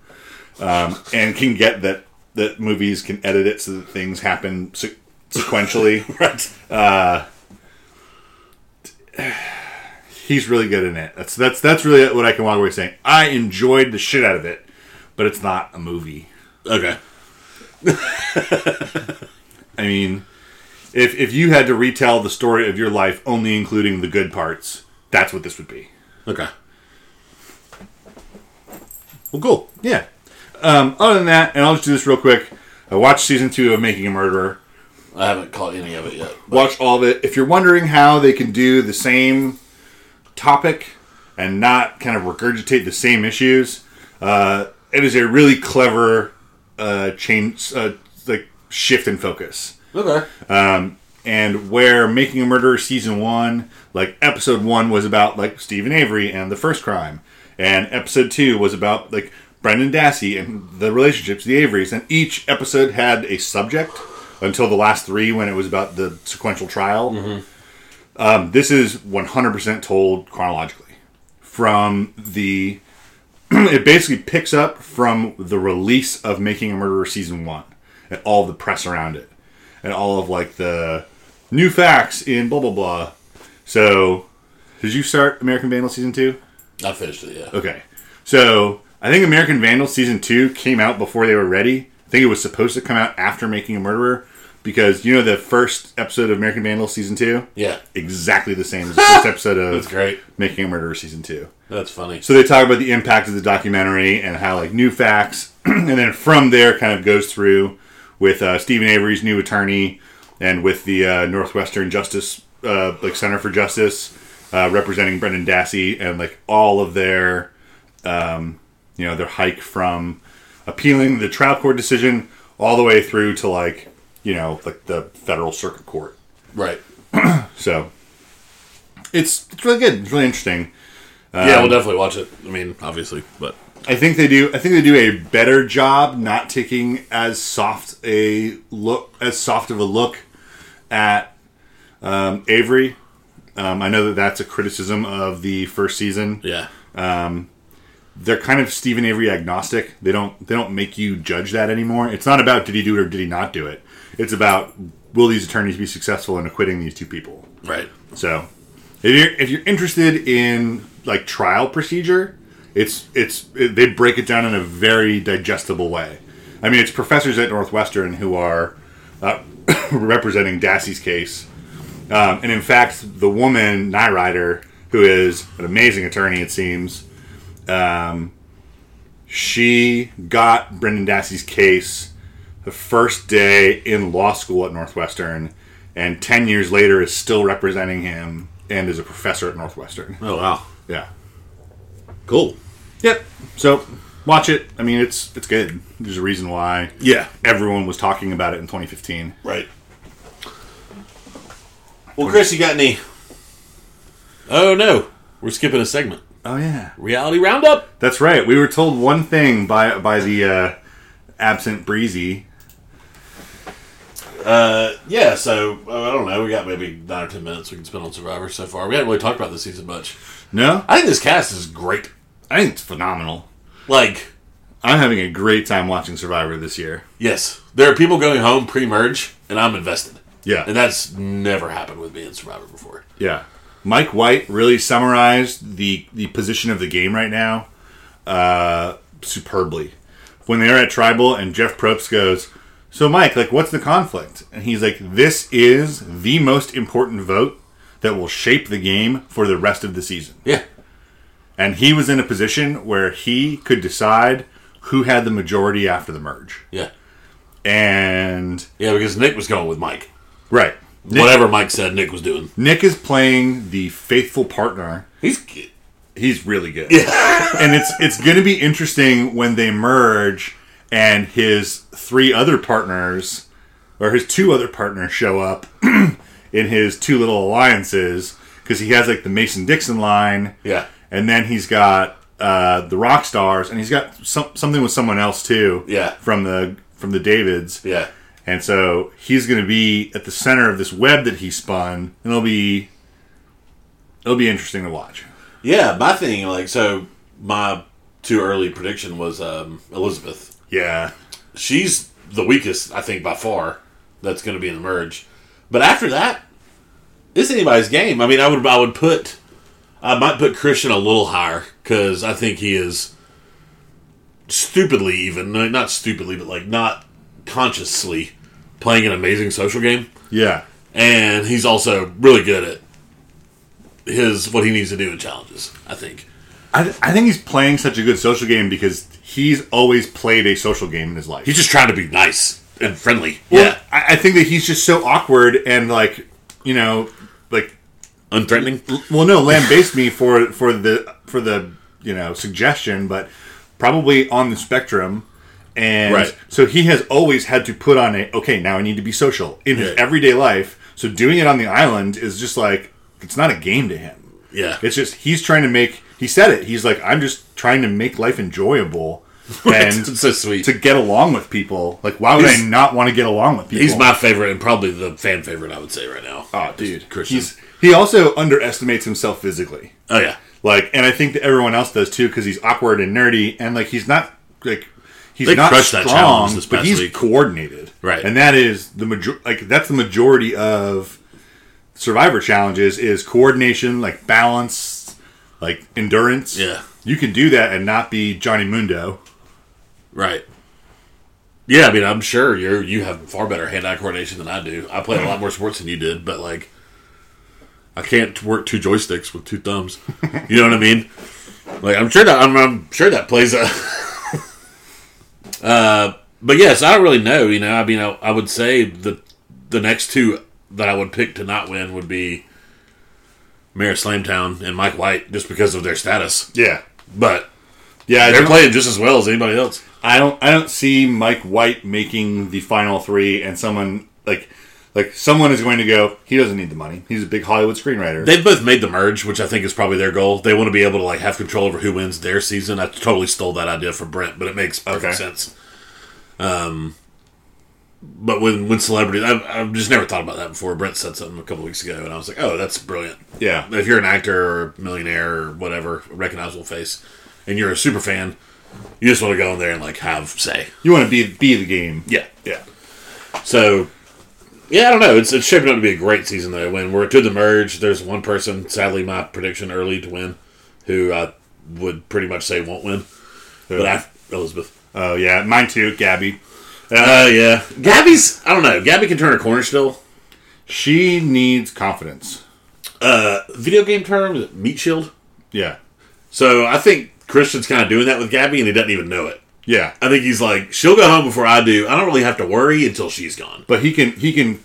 [SPEAKER 1] um, and can get that that movies can edit it so that things happen se- sequentially Uh,
[SPEAKER 2] Right.
[SPEAKER 1] (sighs) he's really good in it that's that's that's really what i can walk away saying i enjoyed the shit out of it but it's not a movie
[SPEAKER 2] Okay.
[SPEAKER 1] I mean, if if you had to retell the story of your life, only including the good parts, that's what this would be.
[SPEAKER 2] Okay. Well, cool.
[SPEAKER 1] Yeah. Um, other than that, and I'll just do this real quick. I watched season two of Making a Murderer.
[SPEAKER 2] I haven't caught any of it yet.
[SPEAKER 1] Watch all of it. If you're wondering how they can do the same topic and not kind of regurgitate the same issues, uh, it is a really clever uh, change, uh, like shift in focus.
[SPEAKER 2] Okay.
[SPEAKER 1] and where Making a Murderer season one, like episode one was about like Stephen Avery and the first crime, and episode two was about like Brendan Dassey and the relationships, the Averys, and each episode had a subject until the last three when it was about the sequential trial. Um, this is 100% told chronologically from the. (clears throat) it basically picks up from the release of Making a Murderer season one and all the press around it and all of like the new facts in blah blah blah. So, did you start American Vandal season two?
[SPEAKER 2] I finished it yet.
[SPEAKER 1] Okay, so I think American Vandal season two came out before they were ready. I think it was supposed to come out after Making a Murderer because you know the first episode of American Vandal season two,
[SPEAKER 2] Yeah.
[SPEAKER 1] exactly the same as
[SPEAKER 2] (laughs)
[SPEAKER 1] the first episode
[SPEAKER 2] That's
[SPEAKER 1] of
[SPEAKER 2] great.
[SPEAKER 1] Making a Murderer season two.
[SPEAKER 2] That's funny.
[SPEAKER 1] So they talk about the impact of the documentary and how like new facts, (clears throat) and then from there kind of goes through with uh, Stephen Avery's new attorney and with the uh, Northwestern Justice uh, like Center for Justice uh, representing Brendan Dassey and like all of their um, you know their hike from appealing the trial court decision all the way through to like you know like the federal circuit court.
[SPEAKER 2] Right.
[SPEAKER 1] So it's it's really good. It's really interesting.
[SPEAKER 2] yeah, we'll definitely watch it. Um, I mean, obviously, but
[SPEAKER 1] I think they do. I think they do a better job not taking as soft a look, as soft of a look at um, Avery. Um, I know that that's a criticism of the first season.
[SPEAKER 2] yeah.
[SPEAKER 1] They're kind of Stephen Avery agnostic. They don't they don't make you judge that anymore. It's not about did he do it or did he not do it. It's about will these attorneys be successful in acquitting these two people.
[SPEAKER 2] Right.
[SPEAKER 1] So, if you're if you're interested in like trial procedure, it's it's it, they break it down in a very digestible way. I mean, it's professors at Northwestern who are uh, (coughs) representing Dassey's case, um, and in fact, the woman Nyrider, who is an amazing attorney, it seems, um, she got Brendan Dassey's case the first day in law school at Northwestern, and 10 years later is still representing him and is a professor at Northwestern.
[SPEAKER 2] Oh wow.
[SPEAKER 1] Yeah.
[SPEAKER 2] Cool.
[SPEAKER 1] Yep. So watch it. I mean, it's it's good. There's a reason why
[SPEAKER 2] Yeah.
[SPEAKER 1] everyone was talking about it in 2015.
[SPEAKER 2] Right. Well, Chris, you got any? Oh no, we're skipping a segment.
[SPEAKER 1] Oh yeah.
[SPEAKER 2] Reality roundup.
[SPEAKER 1] That's right. We were told one thing by by the uh, absent Breezy.
[SPEAKER 2] Uh, yeah, so uh, I don't know. We got maybe nine or ten minutes we can spend on Survivor so far. We haven't really talked about this season much.
[SPEAKER 1] No,
[SPEAKER 2] I think this cast is great.
[SPEAKER 1] I think it's phenomenal.
[SPEAKER 2] Like,
[SPEAKER 1] I'm having a great time watching Survivor this year.
[SPEAKER 2] yes, there are people going home pre-merge, and I'm invested.
[SPEAKER 1] Yeah.
[SPEAKER 2] and that's never happened with me in Survivor before.
[SPEAKER 1] Yeah. Mike White really summarized the, the position of the game right now uh, superbly. When they were at Tribal and Jeff Probst goes, So, Mike, like, what's the conflict? And he's like, This is the most important vote that will shape the game for the rest of the season.
[SPEAKER 2] Yeah,
[SPEAKER 1] And he was in a position where he could decide who had the majority after the merge.
[SPEAKER 2] yeah,
[SPEAKER 1] And,
[SPEAKER 2] yeah. Because Nick was going with Mike.
[SPEAKER 1] right. Nick,
[SPEAKER 2] Whatever Mike said, Nick was doing.
[SPEAKER 1] Nick is playing the faithful partner
[SPEAKER 2] He's
[SPEAKER 1] He's really good. (laughs) and it's it's going to be interesting when they merge and his three other partners or his two other partners show up (clears throat) in his two little alliances because he has like the Mason Dixon line.
[SPEAKER 2] yeah,
[SPEAKER 1] And then he's got uh, the rock stars and he's got some, something with someone else too.
[SPEAKER 2] Yeah.
[SPEAKER 1] From the from the Davids.
[SPEAKER 2] yeah,
[SPEAKER 1] And so he's going to be at the center of this web that he spun and it'll be it'll be interesting to watch.
[SPEAKER 2] yeah. My thing, like, so my too early prediction was um, Elizabeth.
[SPEAKER 1] Yeah.
[SPEAKER 2] she's the weakest, I think, by far. That's going to be in the merge. But after that, it's anybody's game. I mean, I would I would put I might put Christian a little higher because I think he is stupidly even no, not stupidly, but like not consciously playing an amazing social game,
[SPEAKER 1] Yeah.
[SPEAKER 2] and he's also really good at his what he needs to do in challenges. I think.
[SPEAKER 1] I, I think he's playing such a good social game because he's always played a social game in his life.
[SPEAKER 2] He's just trying to be nice and friendly.
[SPEAKER 1] Well, I, I think that he's just so awkward and like you know, like
[SPEAKER 2] yeah, unthreatening.
[SPEAKER 1] well, no, lambastes me for for the for the you know suggestion, but probably on the spectrum. And
[SPEAKER 2] Right.
[SPEAKER 1] so he has always had to put on a okay. Now I need to be social in his
[SPEAKER 2] Yeah.
[SPEAKER 1] everyday life. So doing it on the island is just like it's not a game to him.
[SPEAKER 2] Yeah,
[SPEAKER 1] It's just he's trying to make. He said it. He's like, I'm just trying to make life
[SPEAKER 2] (laughs)
[SPEAKER 1] enjoyable and
[SPEAKER 2] (laughs) it's so sweet.
[SPEAKER 1] to get along with people. Like, why would
[SPEAKER 2] He's-
[SPEAKER 1] I not want to get along with people?
[SPEAKER 2] He's my favorite and probably the fan favorite I would say right now.
[SPEAKER 1] oh, dude.
[SPEAKER 2] Christian.
[SPEAKER 1] He's he also underestimates himself physically.
[SPEAKER 2] oh yeah,
[SPEAKER 1] Like, and I think that everyone else does too because he's awkward and nerdy and like he's not like. He's
[SPEAKER 2] They
[SPEAKER 1] not
[SPEAKER 2] crushed that challenge
[SPEAKER 1] strong,
[SPEAKER 2] this
[SPEAKER 1] but
[SPEAKER 2] past
[SPEAKER 1] he's
[SPEAKER 2] week.
[SPEAKER 1] coordinated,
[SPEAKER 2] Right.
[SPEAKER 1] And that is the major, like that's the majority of Survivor challenges is coordination, like balance, like endurance.
[SPEAKER 2] Yeah.
[SPEAKER 1] you can do that and not be Johnny Mundo.
[SPEAKER 2] right. Yeah, I mean, I'm sure you you have far better hand-eye coordination than I do. I play a lot more sports than you did, but like, I can't work two joysticks with two thumbs. You know what I mean? Like, I'm sure that I'm, I'm sure that plays a. (laughs) uh, but yes, I don't really know. You know, I mean, I, I would say the the next two that I would pick to not win would be Mayor Slamtown and Mike White, just because of their status.
[SPEAKER 1] Yeah,
[SPEAKER 2] But
[SPEAKER 1] yeah. I
[SPEAKER 2] They're
[SPEAKER 1] don't-
[SPEAKER 2] playing just as well as anybody else.
[SPEAKER 1] I don't I don't see Mike White making the final three and someone like like someone is going to go, he doesn't need the money. He's a big Hollywood screenwriter.
[SPEAKER 2] They've both made the merge, which I think is probably their goal. They want to be able to like have control over who wins their season. I totally stole that idea from Brent, but it makes perfect
[SPEAKER 1] Okay.
[SPEAKER 2] sense. Um, but when when celebrities, I've, I've just never thought about that before. Brent said something a couple weeks ago, and I was like, "Oh, that's brilliant."
[SPEAKER 1] yeah.
[SPEAKER 2] If you're an actor or millionaire or whatever, recognizable face, and you're a super fan, you just want to go in there and like have say.
[SPEAKER 1] You want to be be the game.
[SPEAKER 2] Yeah,
[SPEAKER 1] Yeah.
[SPEAKER 2] So, yeah, I don't know. It's, it's shaping up to be a great season, though. When we're to the merge, there's one person, sadly, my prediction early to win, who I would pretty much say won't win. But I, Elizabeth.
[SPEAKER 1] Oh yeah. Mine too, Gabby.
[SPEAKER 2] Oh, yeah. Gabby's, I don't know. Gabby can turn her corner still.
[SPEAKER 1] She needs confidence.
[SPEAKER 2] Uh, video game term, is it meat shield.
[SPEAKER 1] Yeah.
[SPEAKER 2] So I think Christian's kind of doing that with Gabby, and he doesn't even know it.
[SPEAKER 1] Yeah.
[SPEAKER 2] I think he's like, she'll go home before I do. I don't really have to worry until she's gone.
[SPEAKER 1] But he can he can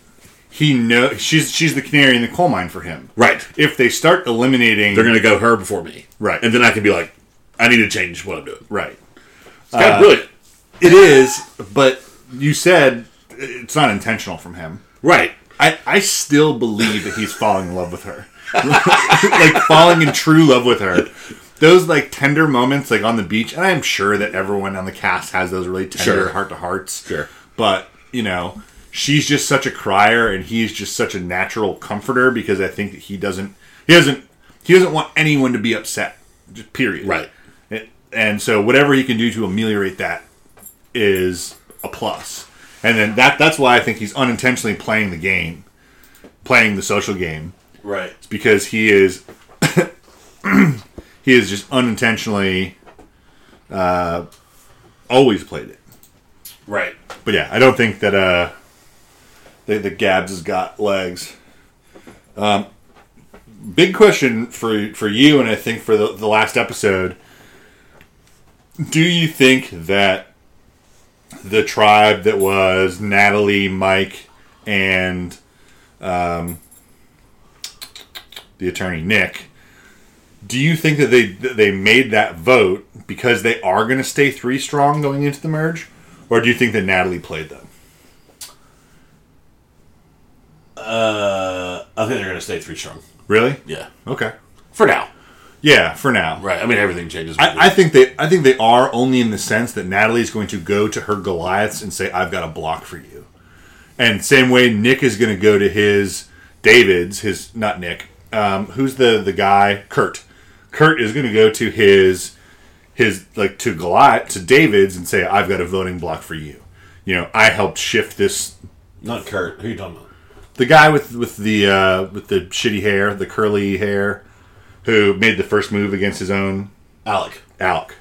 [SPEAKER 1] he know she's she's the canary in the coal mine for him.
[SPEAKER 2] Right.
[SPEAKER 1] If they start eliminating
[SPEAKER 2] They're going to go her before me.
[SPEAKER 1] Right.
[SPEAKER 2] And then I can be like, I need to change what I'm doing.
[SPEAKER 1] Right.
[SPEAKER 2] It's kind of brilliant.
[SPEAKER 1] It is, but you said it's not intentional from him.
[SPEAKER 2] Right.
[SPEAKER 1] I, I still believe that he's falling in love with her. (laughs) like falling in true love with her. Those like tender moments like on the beach, and I'm sure that everyone on the cast has those really tender
[SPEAKER 2] Sure.
[SPEAKER 1] heart to hearts.
[SPEAKER 2] Sure.
[SPEAKER 1] But, you know, she's just such a crier and he's just such a natural comforter because I think that he doesn't he doesn't he doesn't want anyone to be upset. Just period.
[SPEAKER 2] Right.
[SPEAKER 1] And- And so whatever he can do to ameliorate that is a plus. And then that that's why I think he's unintentionally playing the game, playing the social game
[SPEAKER 2] Right.
[SPEAKER 1] because he is (coughs) he is just unintentionally uh, always played it.
[SPEAKER 2] Right.
[SPEAKER 1] But yeah, I don't think that uh that the Gabs has got legs. Um, big question for for you, and I think for the, the last episode. Do you think that the tribe that was Natalie, Mike, and um, the attorney Nick? Do you think that they that they made that vote because they are going to stay three strong going into the merge, or do you think that Natalie played them?
[SPEAKER 2] Uh, I think they're gonna stay three strong.
[SPEAKER 1] Really?
[SPEAKER 2] Yeah.
[SPEAKER 1] Okay.
[SPEAKER 2] For now.
[SPEAKER 1] Yeah, for now.
[SPEAKER 2] Right. I mean, everything changes.
[SPEAKER 1] I, I think they I think they are only in the sense that Natalie's going to go to her Goliaths and say, I've got a block for you. And same way Nick is gonna go to his David's, his not Nick, um, who's the the guy? Kurt. Kurt is gonna go to his his like to Goliath to David's and say, I've got a voting block for you. You know, I helped shift this
[SPEAKER 2] Not Kurt. Who are you talking about?
[SPEAKER 1] the guy with with the uh, with the shitty hair, the curly hair, who made the first move against his own
[SPEAKER 2] Alec.
[SPEAKER 1] Alec.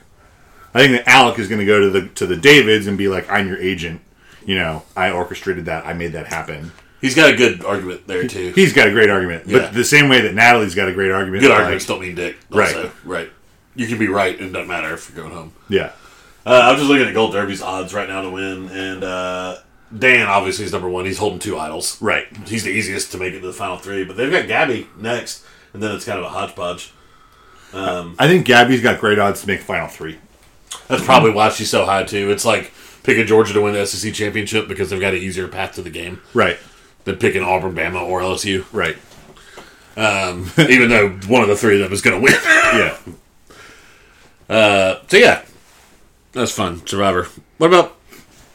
[SPEAKER 1] I think that Alec is going to go to the to the Davids and be like, "I'm your agent. You know, I orchestrated that. I made that happen."
[SPEAKER 2] He's got a good argument there too.
[SPEAKER 1] He's got a great argument,
[SPEAKER 2] Yeah.
[SPEAKER 1] but the same way that Natalie's got a great argument.
[SPEAKER 2] good
[SPEAKER 1] like-
[SPEAKER 2] arguments don't mean dick. Also. Right. Right. You can be right, and it doesn't matter if you're going home.
[SPEAKER 1] Yeah,
[SPEAKER 2] Uh, I'm just looking at Gold Derby's odds right now to win, and uh, Dan obviously is number one. He's holding two idols.
[SPEAKER 1] right.
[SPEAKER 2] He's the easiest to make it to the final three, but they've got Gabby next, and then it's kind of a hodgepodge.
[SPEAKER 1] I think Gabby's got great odds to make final three.
[SPEAKER 2] That's probably why she's so high too. It's like picking Georgia to win the SEC championship because they've got an easier path to the game
[SPEAKER 1] Right,
[SPEAKER 2] than picking Auburn, Bama, or (laughs) LSU.
[SPEAKER 1] right.
[SPEAKER 2] Um, even though one of the three of them is going to win.
[SPEAKER 1] Yeah,
[SPEAKER 2] so yeah, that's fun. Survivor. What about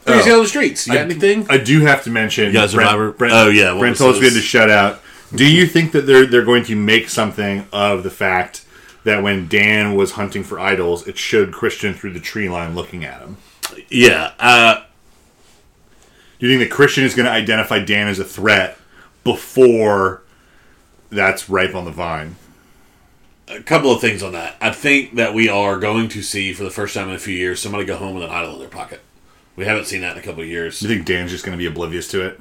[SPEAKER 2] Three's
[SPEAKER 1] Oh.
[SPEAKER 2] on the Streets? You got anything?
[SPEAKER 1] I do have to mention.
[SPEAKER 2] You got Survivor?
[SPEAKER 1] Brent, Brent,
[SPEAKER 2] Oh, yeah, what
[SPEAKER 1] Brent
[SPEAKER 2] was
[SPEAKER 1] told us we had
[SPEAKER 2] this?
[SPEAKER 1] to shut out. Do you think that they're they're going to make something of the fact that when Dan was hunting for idols, it showed Christian through the tree line looking at him?
[SPEAKER 2] yeah. Uh,
[SPEAKER 1] Do you think that Christian is going to identify Dan as a threat before that's ripe on the vine?
[SPEAKER 2] a couple of things on that. I think that we are going to see for the first time in a few years somebody go home with an idol in their pocket. We haven't seen that in a couple of years.
[SPEAKER 1] Do you think Dan's just going to be oblivious to it?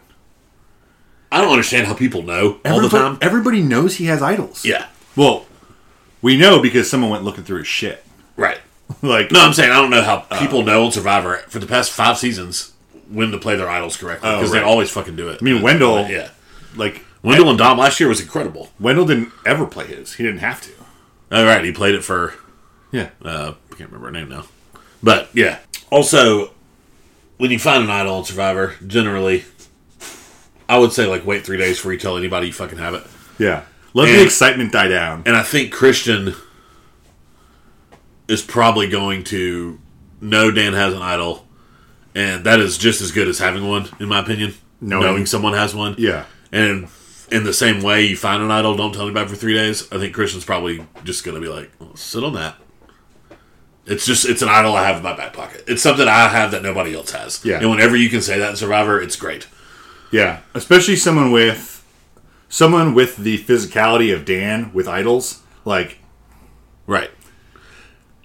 [SPEAKER 2] I don't understand how people know all the time.
[SPEAKER 1] everybody knows he has idols.
[SPEAKER 2] Yeah,
[SPEAKER 1] Well, we know because someone went looking through his shit.
[SPEAKER 2] right.
[SPEAKER 1] Like,
[SPEAKER 2] No, I'm saying I don't know how
[SPEAKER 1] Oh.
[SPEAKER 2] people know on Survivor for the past five seasons when to play their idols correctly because
[SPEAKER 1] Oh, right.
[SPEAKER 2] they always fucking do it. I
[SPEAKER 1] mean, Wendell-
[SPEAKER 2] yeah,
[SPEAKER 1] like
[SPEAKER 2] Wendell and Dom last year was incredible.
[SPEAKER 1] Wendell didn't ever play his. He didn't have to. Oh.
[SPEAKER 2] All right, he played it for
[SPEAKER 1] Yeah.
[SPEAKER 2] uh, I can't remember her name now, but yeah. Also, when you find an idol on Survivor, generally, I would say like wait three days before you tell anybody you fucking have it.
[SPEAKER 1] Yeah. Let the
[SPEAKER 2] And-
[SPEAKER 1] excitement die down.
[SPEAKER 2] And I think Christian is probably going to know Dan has an idol, and that is just as good as having one, in my opinion.
[SPEAKER 1] Knowing-
[SPEAKER 2] Knowing, someone has one.
[SPEAKER 1] Yeah.
[SPEAKER 2] And in the same way, you find an idol, don't tell anybody for three days. I think Christian's probably just going to be like, well, sit on that. It's just, it's an idol I have in my back pocket. It's something I have that nobody else has.
[SPEAKER 1] Yeah.
[SPEAKER 2] And whenever you can say that in Survivor, it's great.
[SPEAKER 1] Yeah. Especially someone with someone with the physicality of Dan with idols. Like
[SPEAKER 2] Right.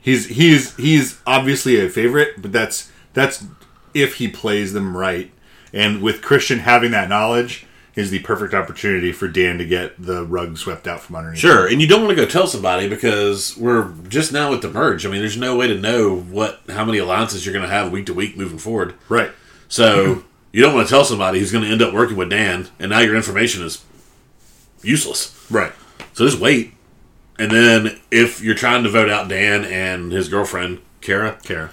[SPEAKER 1] he's he's he's obviously a favorite, but that's that's if he plays them right. And with Christian having that knowledge is the perfect opportunity for Dan to get the rug swept out from underneath.
[SPEAKER 2] Sure, and you don't want to go tell somebody because we're just now with the merge. I mean, there's no way to know what how many alliances you're going to have week to week moving forward.
[SPEAKER 1] Right.
[SPEAKER 2] So you don't want to tell somebody who's going to end up working with Dan, and now your information is useless.
[SPEAKER 1] Right.
[SPEAKER 2] So just wait, and then if you're trying to vote out Dan and his girlfriend Kara,
[SPEAKER 1] Kara.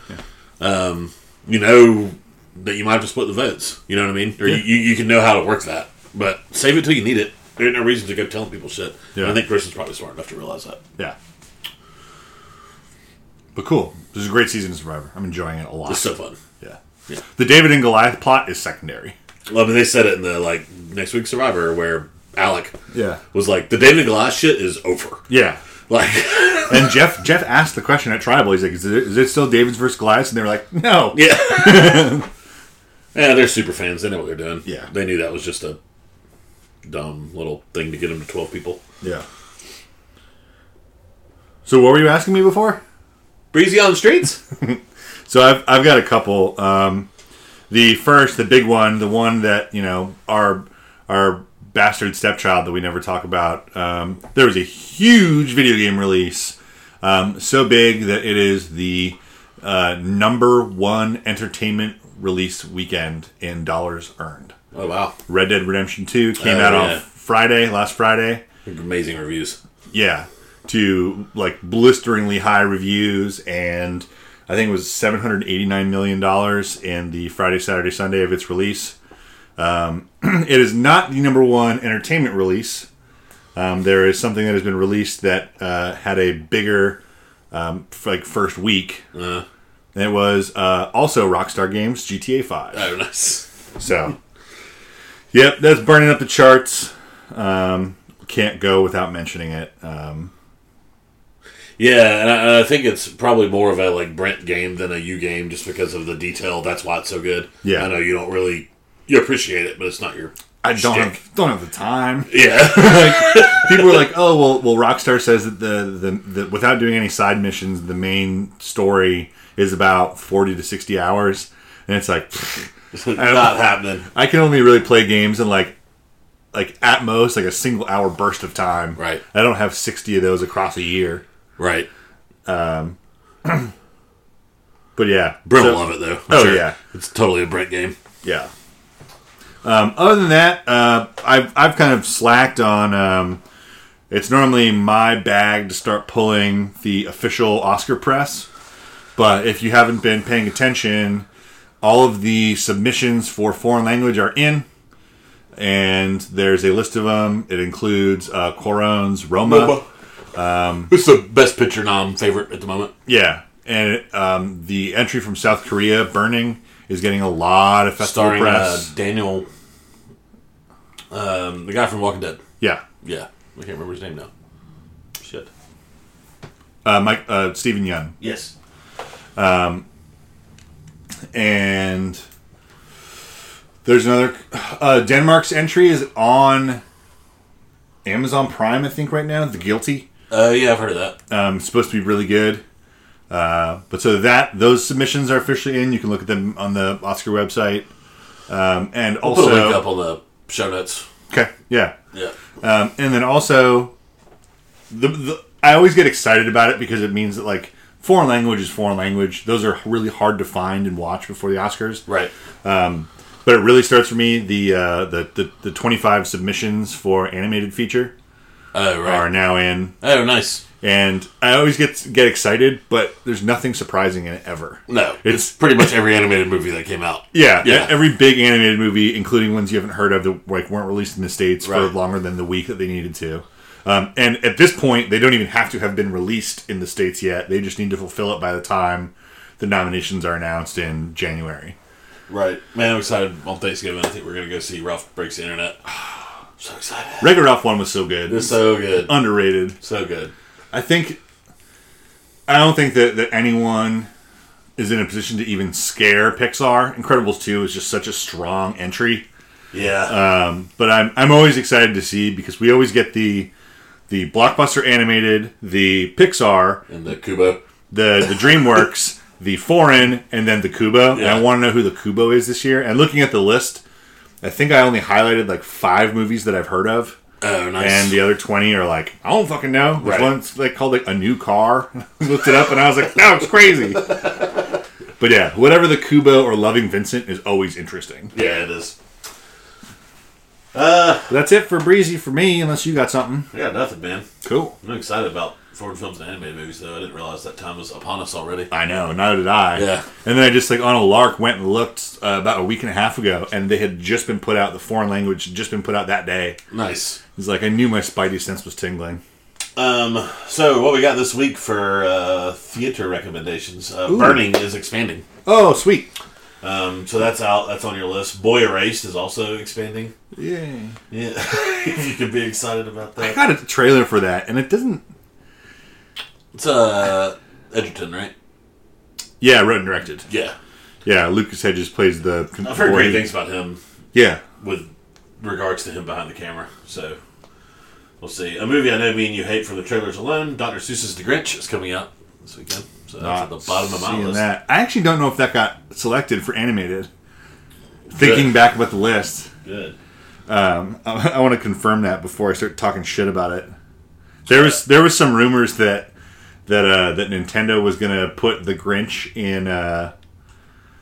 [SPEAKER 1] Yeah.
[SPEAKER 2] you know that you might have to split the votes. You know what I mean? Or
[SPEAKER 1] Yeah.
[SPEAKER 2] you, you can know how to work that, but save it till you need it. There's no reason to go telling people shit. And
[SPEAKER 1] Yeah.
[SPEAKER 2] I think Christian's probably smart enough to realize that.
[SPEAKER 1] yeah. But cool. This is a great season of Survivor. I'm enjoying it a lot.
[SPEAKER 2] It's so fun.
[SPEAKER 1] yeah.
[SPEAKER 2] Yeah.
[SPEAKER 1] The David and Goliath plot is secondary.
[SPEAKER 2] Well, I mean, they said it in the like next week's Survivor where Alec
[SPEAKER 1] Yeah.
[SPEAKER 2] was like, "The David and Goliath shit is over." (laughs)
[SPEAKER 1] Yeah.
[SPEAKER 2] Like,
[SPEAKER 1] And Jeff Jeff asked the question at Tribal. He's like, "Is it, is it still David's versus Goliath?" And they were like, "No." (laughs)
[SPEAKER 2] yeah, yeah, they're super fans. They know what they're doing.
[SPEAKER 1] Yeah.
[SPEAKER 2] they knew that was just a dumb little thing to get them to twelve people.
[SPEAKER 1] Yeah. So what were you asking me before?
[SPEAKER 2] Breezy on
[SPEAKER 1] (laughs)
[SPEAKER 2] the streets.
[SPEAKER 1] So I've I've got a couple. Um, the first, the big one, the one that you know our our bastard stepchild that we never talk about. Um, there was a huge video game release, um, so big that it is the uh, number one entertainment release weekend in dollars earned.
[SPEAKER 2] oh wow,
[SPEAKER 1] Red Dead Redemption Two came
[SPEAKER 2] Oh,
[SPEAKER 1] out
[SPEAKER 2] yeah.
[SPEAKER 1] on Friday, last Friday.
[SPEAKER 2] amazing reviews.
[SPEAKER 1] Yeah, to like blisteringly high reviews, and I think it was seven hundred eighty nine million dollars in the Friday, Saturday, Sunday of its release. Um, (clears throat) it is not the number one entertainment release. Um, there is something that has been released that uh, had a bigger, um, f- like first week.
[SPEAKER 2] Uh,
[SPEAKER 1] And it was uh, also Rockstar Games GTA Five.
[SPEAKER 2] oh nice.
[SPEAKER 1] So, yep, that's burning up the charts. Um, can't go without mentioning it. Um,
[SPEAKER 2] Yeah, and I, and I think it's probably more of a like Brent game than a you game, just because of the detail. That's why it's so good.
[SPEAKER 1] Yeah.
[SPEAKER 2] I know you don't really you appreciate it, but it's not your
[SPEAKER 1] I don't
[SPEAKER 2] Shtick.
[SPEAKER 1] have, don't have the time.
[SPEAKER 2] yeah. (laughs)
[SPEAKER 1] People are like, "Oh, well, well." Rockstar says that the, the the without doing any side missions, the main story is about forty to sixty hours, and it's like pfft,
[SPEAKER 2] It's not happening.
[SPEAKER 1] I can only really play games in like like at most like a single hour burst of time.
[SPEAKER 2] Right.
[SPEAKER 1] I don't have sixty of those across a year.
[SPEAKER 2] Right.
[SPEAKER 1] But yeah,
[SPEAKER 2] Brent
[SPEAKER 1] so-
[SPEAKER 2] will love it though. I'm
[SPEAKER 1] Oh, yeah.
[SPEAKER 2] It's totally a Brent game.
[SPEAKER 1] Yeah. Um, other than that, uh, I've I've kind of slacked on. Um, it's normally my bag to start pulling the official Oscar press, but if you haven't been paying attention, all of the submissions for foreign language are in, and there's a list of them. It includes uh, Coron's Roma. um,
[SPEAKER 2] it's the best picture nom favorite at the moment.
[SPEAKER 1] Yeah, and um, the entry from South Korea, Burning, is getting a lot of festival
[SPEAKER 2] Starring uh,
[SPEAKER 1] press.
[SPEAKER 2] Daniel um, the guy from Walking Dead.
[SPEAKER 1] yeah.
[SPEAKER 2] Yeah. I can't remember his name now. Shit.
[SPEAKER 1] uh, Mike uh, Stephen Young,
[SPEAKER 2] Yes.
[SPEAKER 1] and there's another uh, Denmark's entry is on Amazon Prime, I think, right now. The Guilty,
[SPEAKER 2] Uh, yeah, I've heard of that.
[SPEAKER 1] um, it's supposed to be really good. Uh, but so that those submissions are officially in. You can look at them on the Oscar website, um, and
[SPEAKER 2] Put a link
[SPEAKER 1] also
[SPEAKER 2] up on the show notes.
[SPEAKER 1] okay, yeah,
[SPEAKER 2] Yeah.
[SPEAKER 1] um, and then also the, the I always get excited about it because it means that like foreign language is foreign language. Those are really hard to find and watch before the Oscars,
[SPEAKER 2] Right.
[SPEAKER 1] But it really starts for me the uh, the, the the 25 submissions for animated feature
[SPEAKER 2] Oh, right.
[SPEAKER 1] are now in,
[SPEAKER 2] Oh, nice.
[SPEAKER 1] and I always get get excited, but there's nothing surprising in it ever.
[SPEAKER 2] No, it's,
[SPEAKER 1] It's-
[SPEAKER 2] pretty much every animated movie that came out.
[SPEAKER 1] Yeah,
[SPEAKER 2] Yeah.
[SPEAKER 1] every big animated movie, including ones you haven't heard of that like weren't released in the states
[SPEAKER 2] Right.
[SPEAKER 1] for longer than the week that they needed to. Um, and at this point, they don't even have to have been released in the states yet. They just need to fulfill it by the time the nominations are announced in January.
[SPEAKER 2] Right. Man, I'm excited on Thanksgiving. I think we're going to go see Ralph Breaks the Internet. (sighs) so excited.
[SPEAKER 1] Regular Ralph one was so good,
[SPEAKER 2] It's so good.
[SPEAKER 1] underrated.
[SPEAKER 2] So good.
[SPEAKER 1] I think I don't think that, that anyone is in a position to even scare Pixar. Incredibles 2 is just such a strong entry.
[SPEAKER 2] Yeah.
[SPEAKER 1] But I'm I'm always excited to see because we always get the the blockbuster animated, the Pixar,
[SPEAKER 2] and the Kubo.
[SPEAKER 1] the the DreamWorks, the foreign, and then the Kubo. And
[SPEAKER 2] Yeah.
[SPEAKER 1] I want to know who the Kubo is this year. And looking at the list, I think I only highlighted like five movies that I've heard of.
[SPEAKER 2] Oh, nice.
[SPEAKER 1] and the other 20 are like i don't fucking know there's
[SPEAKER 2] Right.
[SPEAKER 1] one's like called like a new car (laughs) looked it up and i was like that was crazy but yeah whatever the kubo or loving vincent is always interesting
[SPEAKER 2] yeah, it is.
[SPEAKER 1] But that's it for breezy for me unless you got something
[SPEAKER 2] I got nothing, man.
[SPEAKER 1] cool
[SPEAKER 2] I'm excited about foreign films and animated movies, though. I didn't realize that time was upon us already.
[SPEAKER 1] i know neither did i
[SPEAKER 2] Yeah.
[SPEAKER 1] and then i just like on a lark went and looked uh, about a week and a half ago and they had just been put out the foreign language had just been put out that day
[SPEAKER 2] Nice.
[SPEAKER 1] it's like i knew my spidey sense was tingling
[SPEAKER 2] Um, so, what we got this week for uh, theater recommendations? Uh, Burning is expanding.
[SPEAKER 1] oh sweet
[SPEAKER 2] Um, so that's out. That's on your list. Boy Erased is also expanding.
[SPEAKER 1] Yeah.
[SPEAKER 2] Yeah, (laughs) if you could be excited about
[SPEAKER 1] I
[SPEAKER 2] that.
[SPEAKER 1] got a trailer for that, and it doesn't.
[SPEAKER 2] It's uh, Edgerton, right?
[SPEAKER 1] Yeah, wrote and directed.
[SPEAKER 2] Yeah,
[SPEAKER 1] Yeah, Lucas Hedges plays the.
[SPEAKER 2] I've heard
[SPEAKER 1] boy.
[SPEAKER 2] great things about him
[SPEAKER 1] Yeah,
[SPEAKER 2] with regards to him behind the camera. So we'll see. A movie I know me and you hate from the trailers alone. Dr. Seuss's The Grinch is coming out this weekend. So that's at the bottom of my
[SPEAKER 1] seeing
[SPEAKER 2] list.
[SPEAKER 1] that. I actually don't know if that got selected for animated. Thinking
[SPEAKER 2] Good.
[SPEAKER 1] back about the list,
[SPEAKER 2] Good.
[SPEAKER 1] (laughs) I, I want to confirm that before I start talking shit about it. There was there was some rumors that that uh, that Nintendo was gonna put the Grinch in uh, (laughs)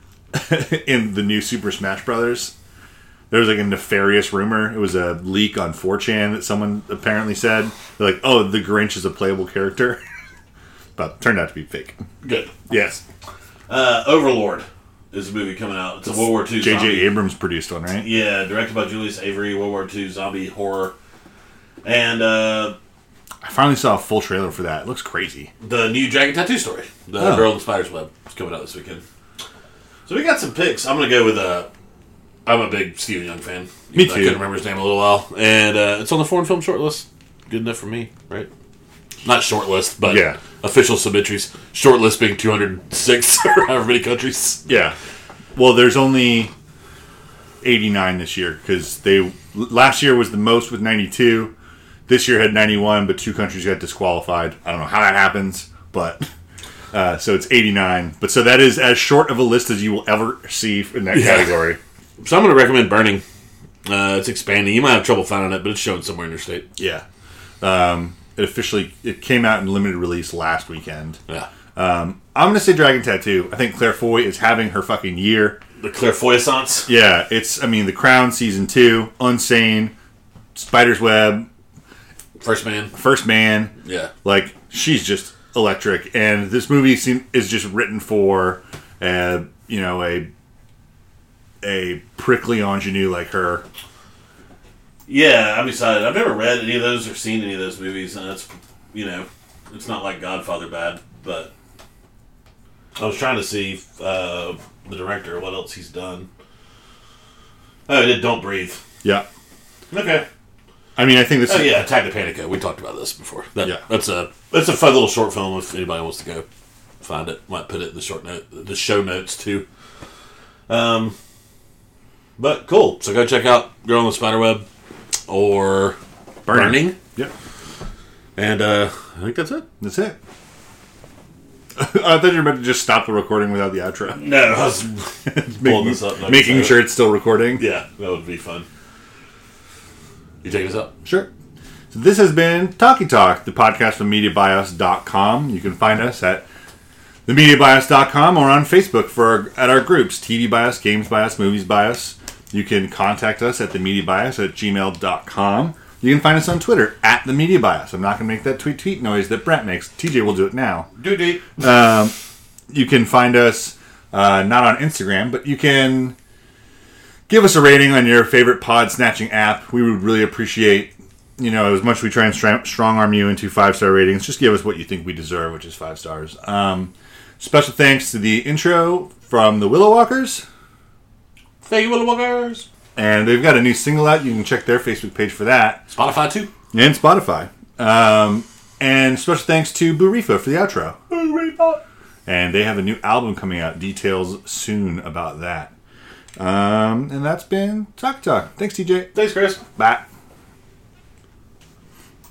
[SPEAKER 1] in the new Super Smash Brothers. There was like a nefarious rumor. It was a leak on 4chan that someone apparently said, They're like, "Oh, the Grinch is a playable character," (laughs) but turned out to be fake.
[SPEAKER 2] Good.
[SPEAKER 1] Yes,
[SPEAKER 2] Uh, Overlord is a movie coming out. It's a World War II
[SPEAKER 1] J.J.
[SPEAKER 2] zombie.
[SPEAKER 1] Abrams produced one, right?
[SPEAKER 2] Yeah, directed by Julius Avery, World War II zombie horror. And uh,
[SPEAKER 1] I finally saw a full trailer for that. It looks crazy.
[SPEAKER 2] the new Dragon Tattoo story, The
[SPEAKER 1] Oh.
[SPEAKER 2] Girl in the Spider's Web, is coming out this weekend. So we got some picks. I'm going to go with Uh, I'm a big Stephen Young fan. even
[SPEAKER 1] Me
[SPEAKER 2] though I
[SPEAKER 1] too.
[SPEAKER 2] couldn't remember his name in a little while. And uh, it's on the foreign film shortlist. Good enough for me, right? Not shortlist, but
[SPEAKER 1] Yeah.
[SPEAKER 2] official submitteries. Shortlist being (laughs) 206 or however many countries.
[SPEAKER 1] Yeah. Well, there's only 89 this year because they last year was the most with 92. This year had 91, but two countries got disqualified. I don't know how that happens, but uh, so it's 89. But so that is as short of a list as you will ever see in that category.
[SPEAKER 2] So I'm going to recommend Burning. Uh, it's expanding. You might have trouble finding it, but it's showing somewhere in your state.
[SPEAKER 1] Yeah. Um, it officially it came out in limited release last weekend.
[SPEAKER 2] Yeah.
[SPEAKER 1] I'm gonna say Dragon Tattoo. I think Claire Foy is having her fucking year.
[SPEAKER 2] The Clairvoyance.
[SPEAKER 1] Yeah, it's I mean The Crown season two, Unsane, Spider's Web,
[SPEAKER 2] First Man.
[SPEAKER 1] First Man.
[SPEAKER 2] Yeah.
[SPEAKER 1] Like she's just electric, and this movie seem, is just written for, uh, you know, a a prickly ingenue like her.
[SPEAKER 2] Yeah, I'm excited. I've never read any of those or seen any of those movies, and it's you know, it's not like Godfather bad, but I was trying to see uh, the director what else he's done. Oh, he did Don't Breathe.
[SPEAKER 1] Yeah,
[SPEAKER 2] Okay.
[SPEAKER 1] I mean, I think this.
[SPEAKER 2] Oh
[SPEAKER 1] (laughs) is,
[SPEAKER 2] yeah, Attack the Panico. We talked about this before. That,
[SPEAKER 1] Yeah.
[SPEAKER 2] That's a that's a fun little short film. If anybody wants to go find it, might put it in the short note, the show notes too. Um, but cool. So go check out Girl in the Spiderweb or
[SPEAKER 1] Burning.
[SPEAKER 2] Burning.
[SPEAKER 1] Yep,
[SPEAKER 2] And uh, I think that's it.
[SPEAKER 1] that's it. (laughs) I thought you were about to just stop the recording without the outro.
[SPEAKER 2] No, (laughs) I was, Pulling this up and I can
[SPEAKER 1] making
[SPEAKER 2] say
[SPEAKER 1] sure it's still recording.
[SPEAKER 2] yeah, that would be fun. You taking us up?
[SPEAKER 1] Sure. So this has been Talkie Talk, the podcast from MediaBios.com. You can find us at themediabios.com or on Facebook for at our groups, TV Bias, Games Bias, Movies Bias. You can contact us at themediabios at gmail.com. You can find us on Twitter at the Media Bias. I'm not going to make that tweet tweet noise that Brent makes. TJ will do it now.
[SPEAKER 2] Doody.
[SPEAKER 1] You can find us uh, not on Instagram, but you can give us a rating on your favorite pod snatching app. We would really appreciate, you know, as much we try and strong arm you into five star ratings. Just give us what you think we deserve, which is five stars. Um, special thanks to the intro from the Willow Walkers,
[SPEAKER 2] Thank you, Willow Walkers.
[SPEAKER 1] and they've got a new single out. You can check their Facebook page for that
[SPEAKER 2] Spotify too.
[SPEAKER 1] and Spotify. Um, and special thanks to Burifa for the outro. and they have a new album coming out. Details soon about that. Um, and that's been Talk Talk. Thanks, TJ.
[SPEAKER 2] Thanks, Chris.
[SPEAKER 1] Bye.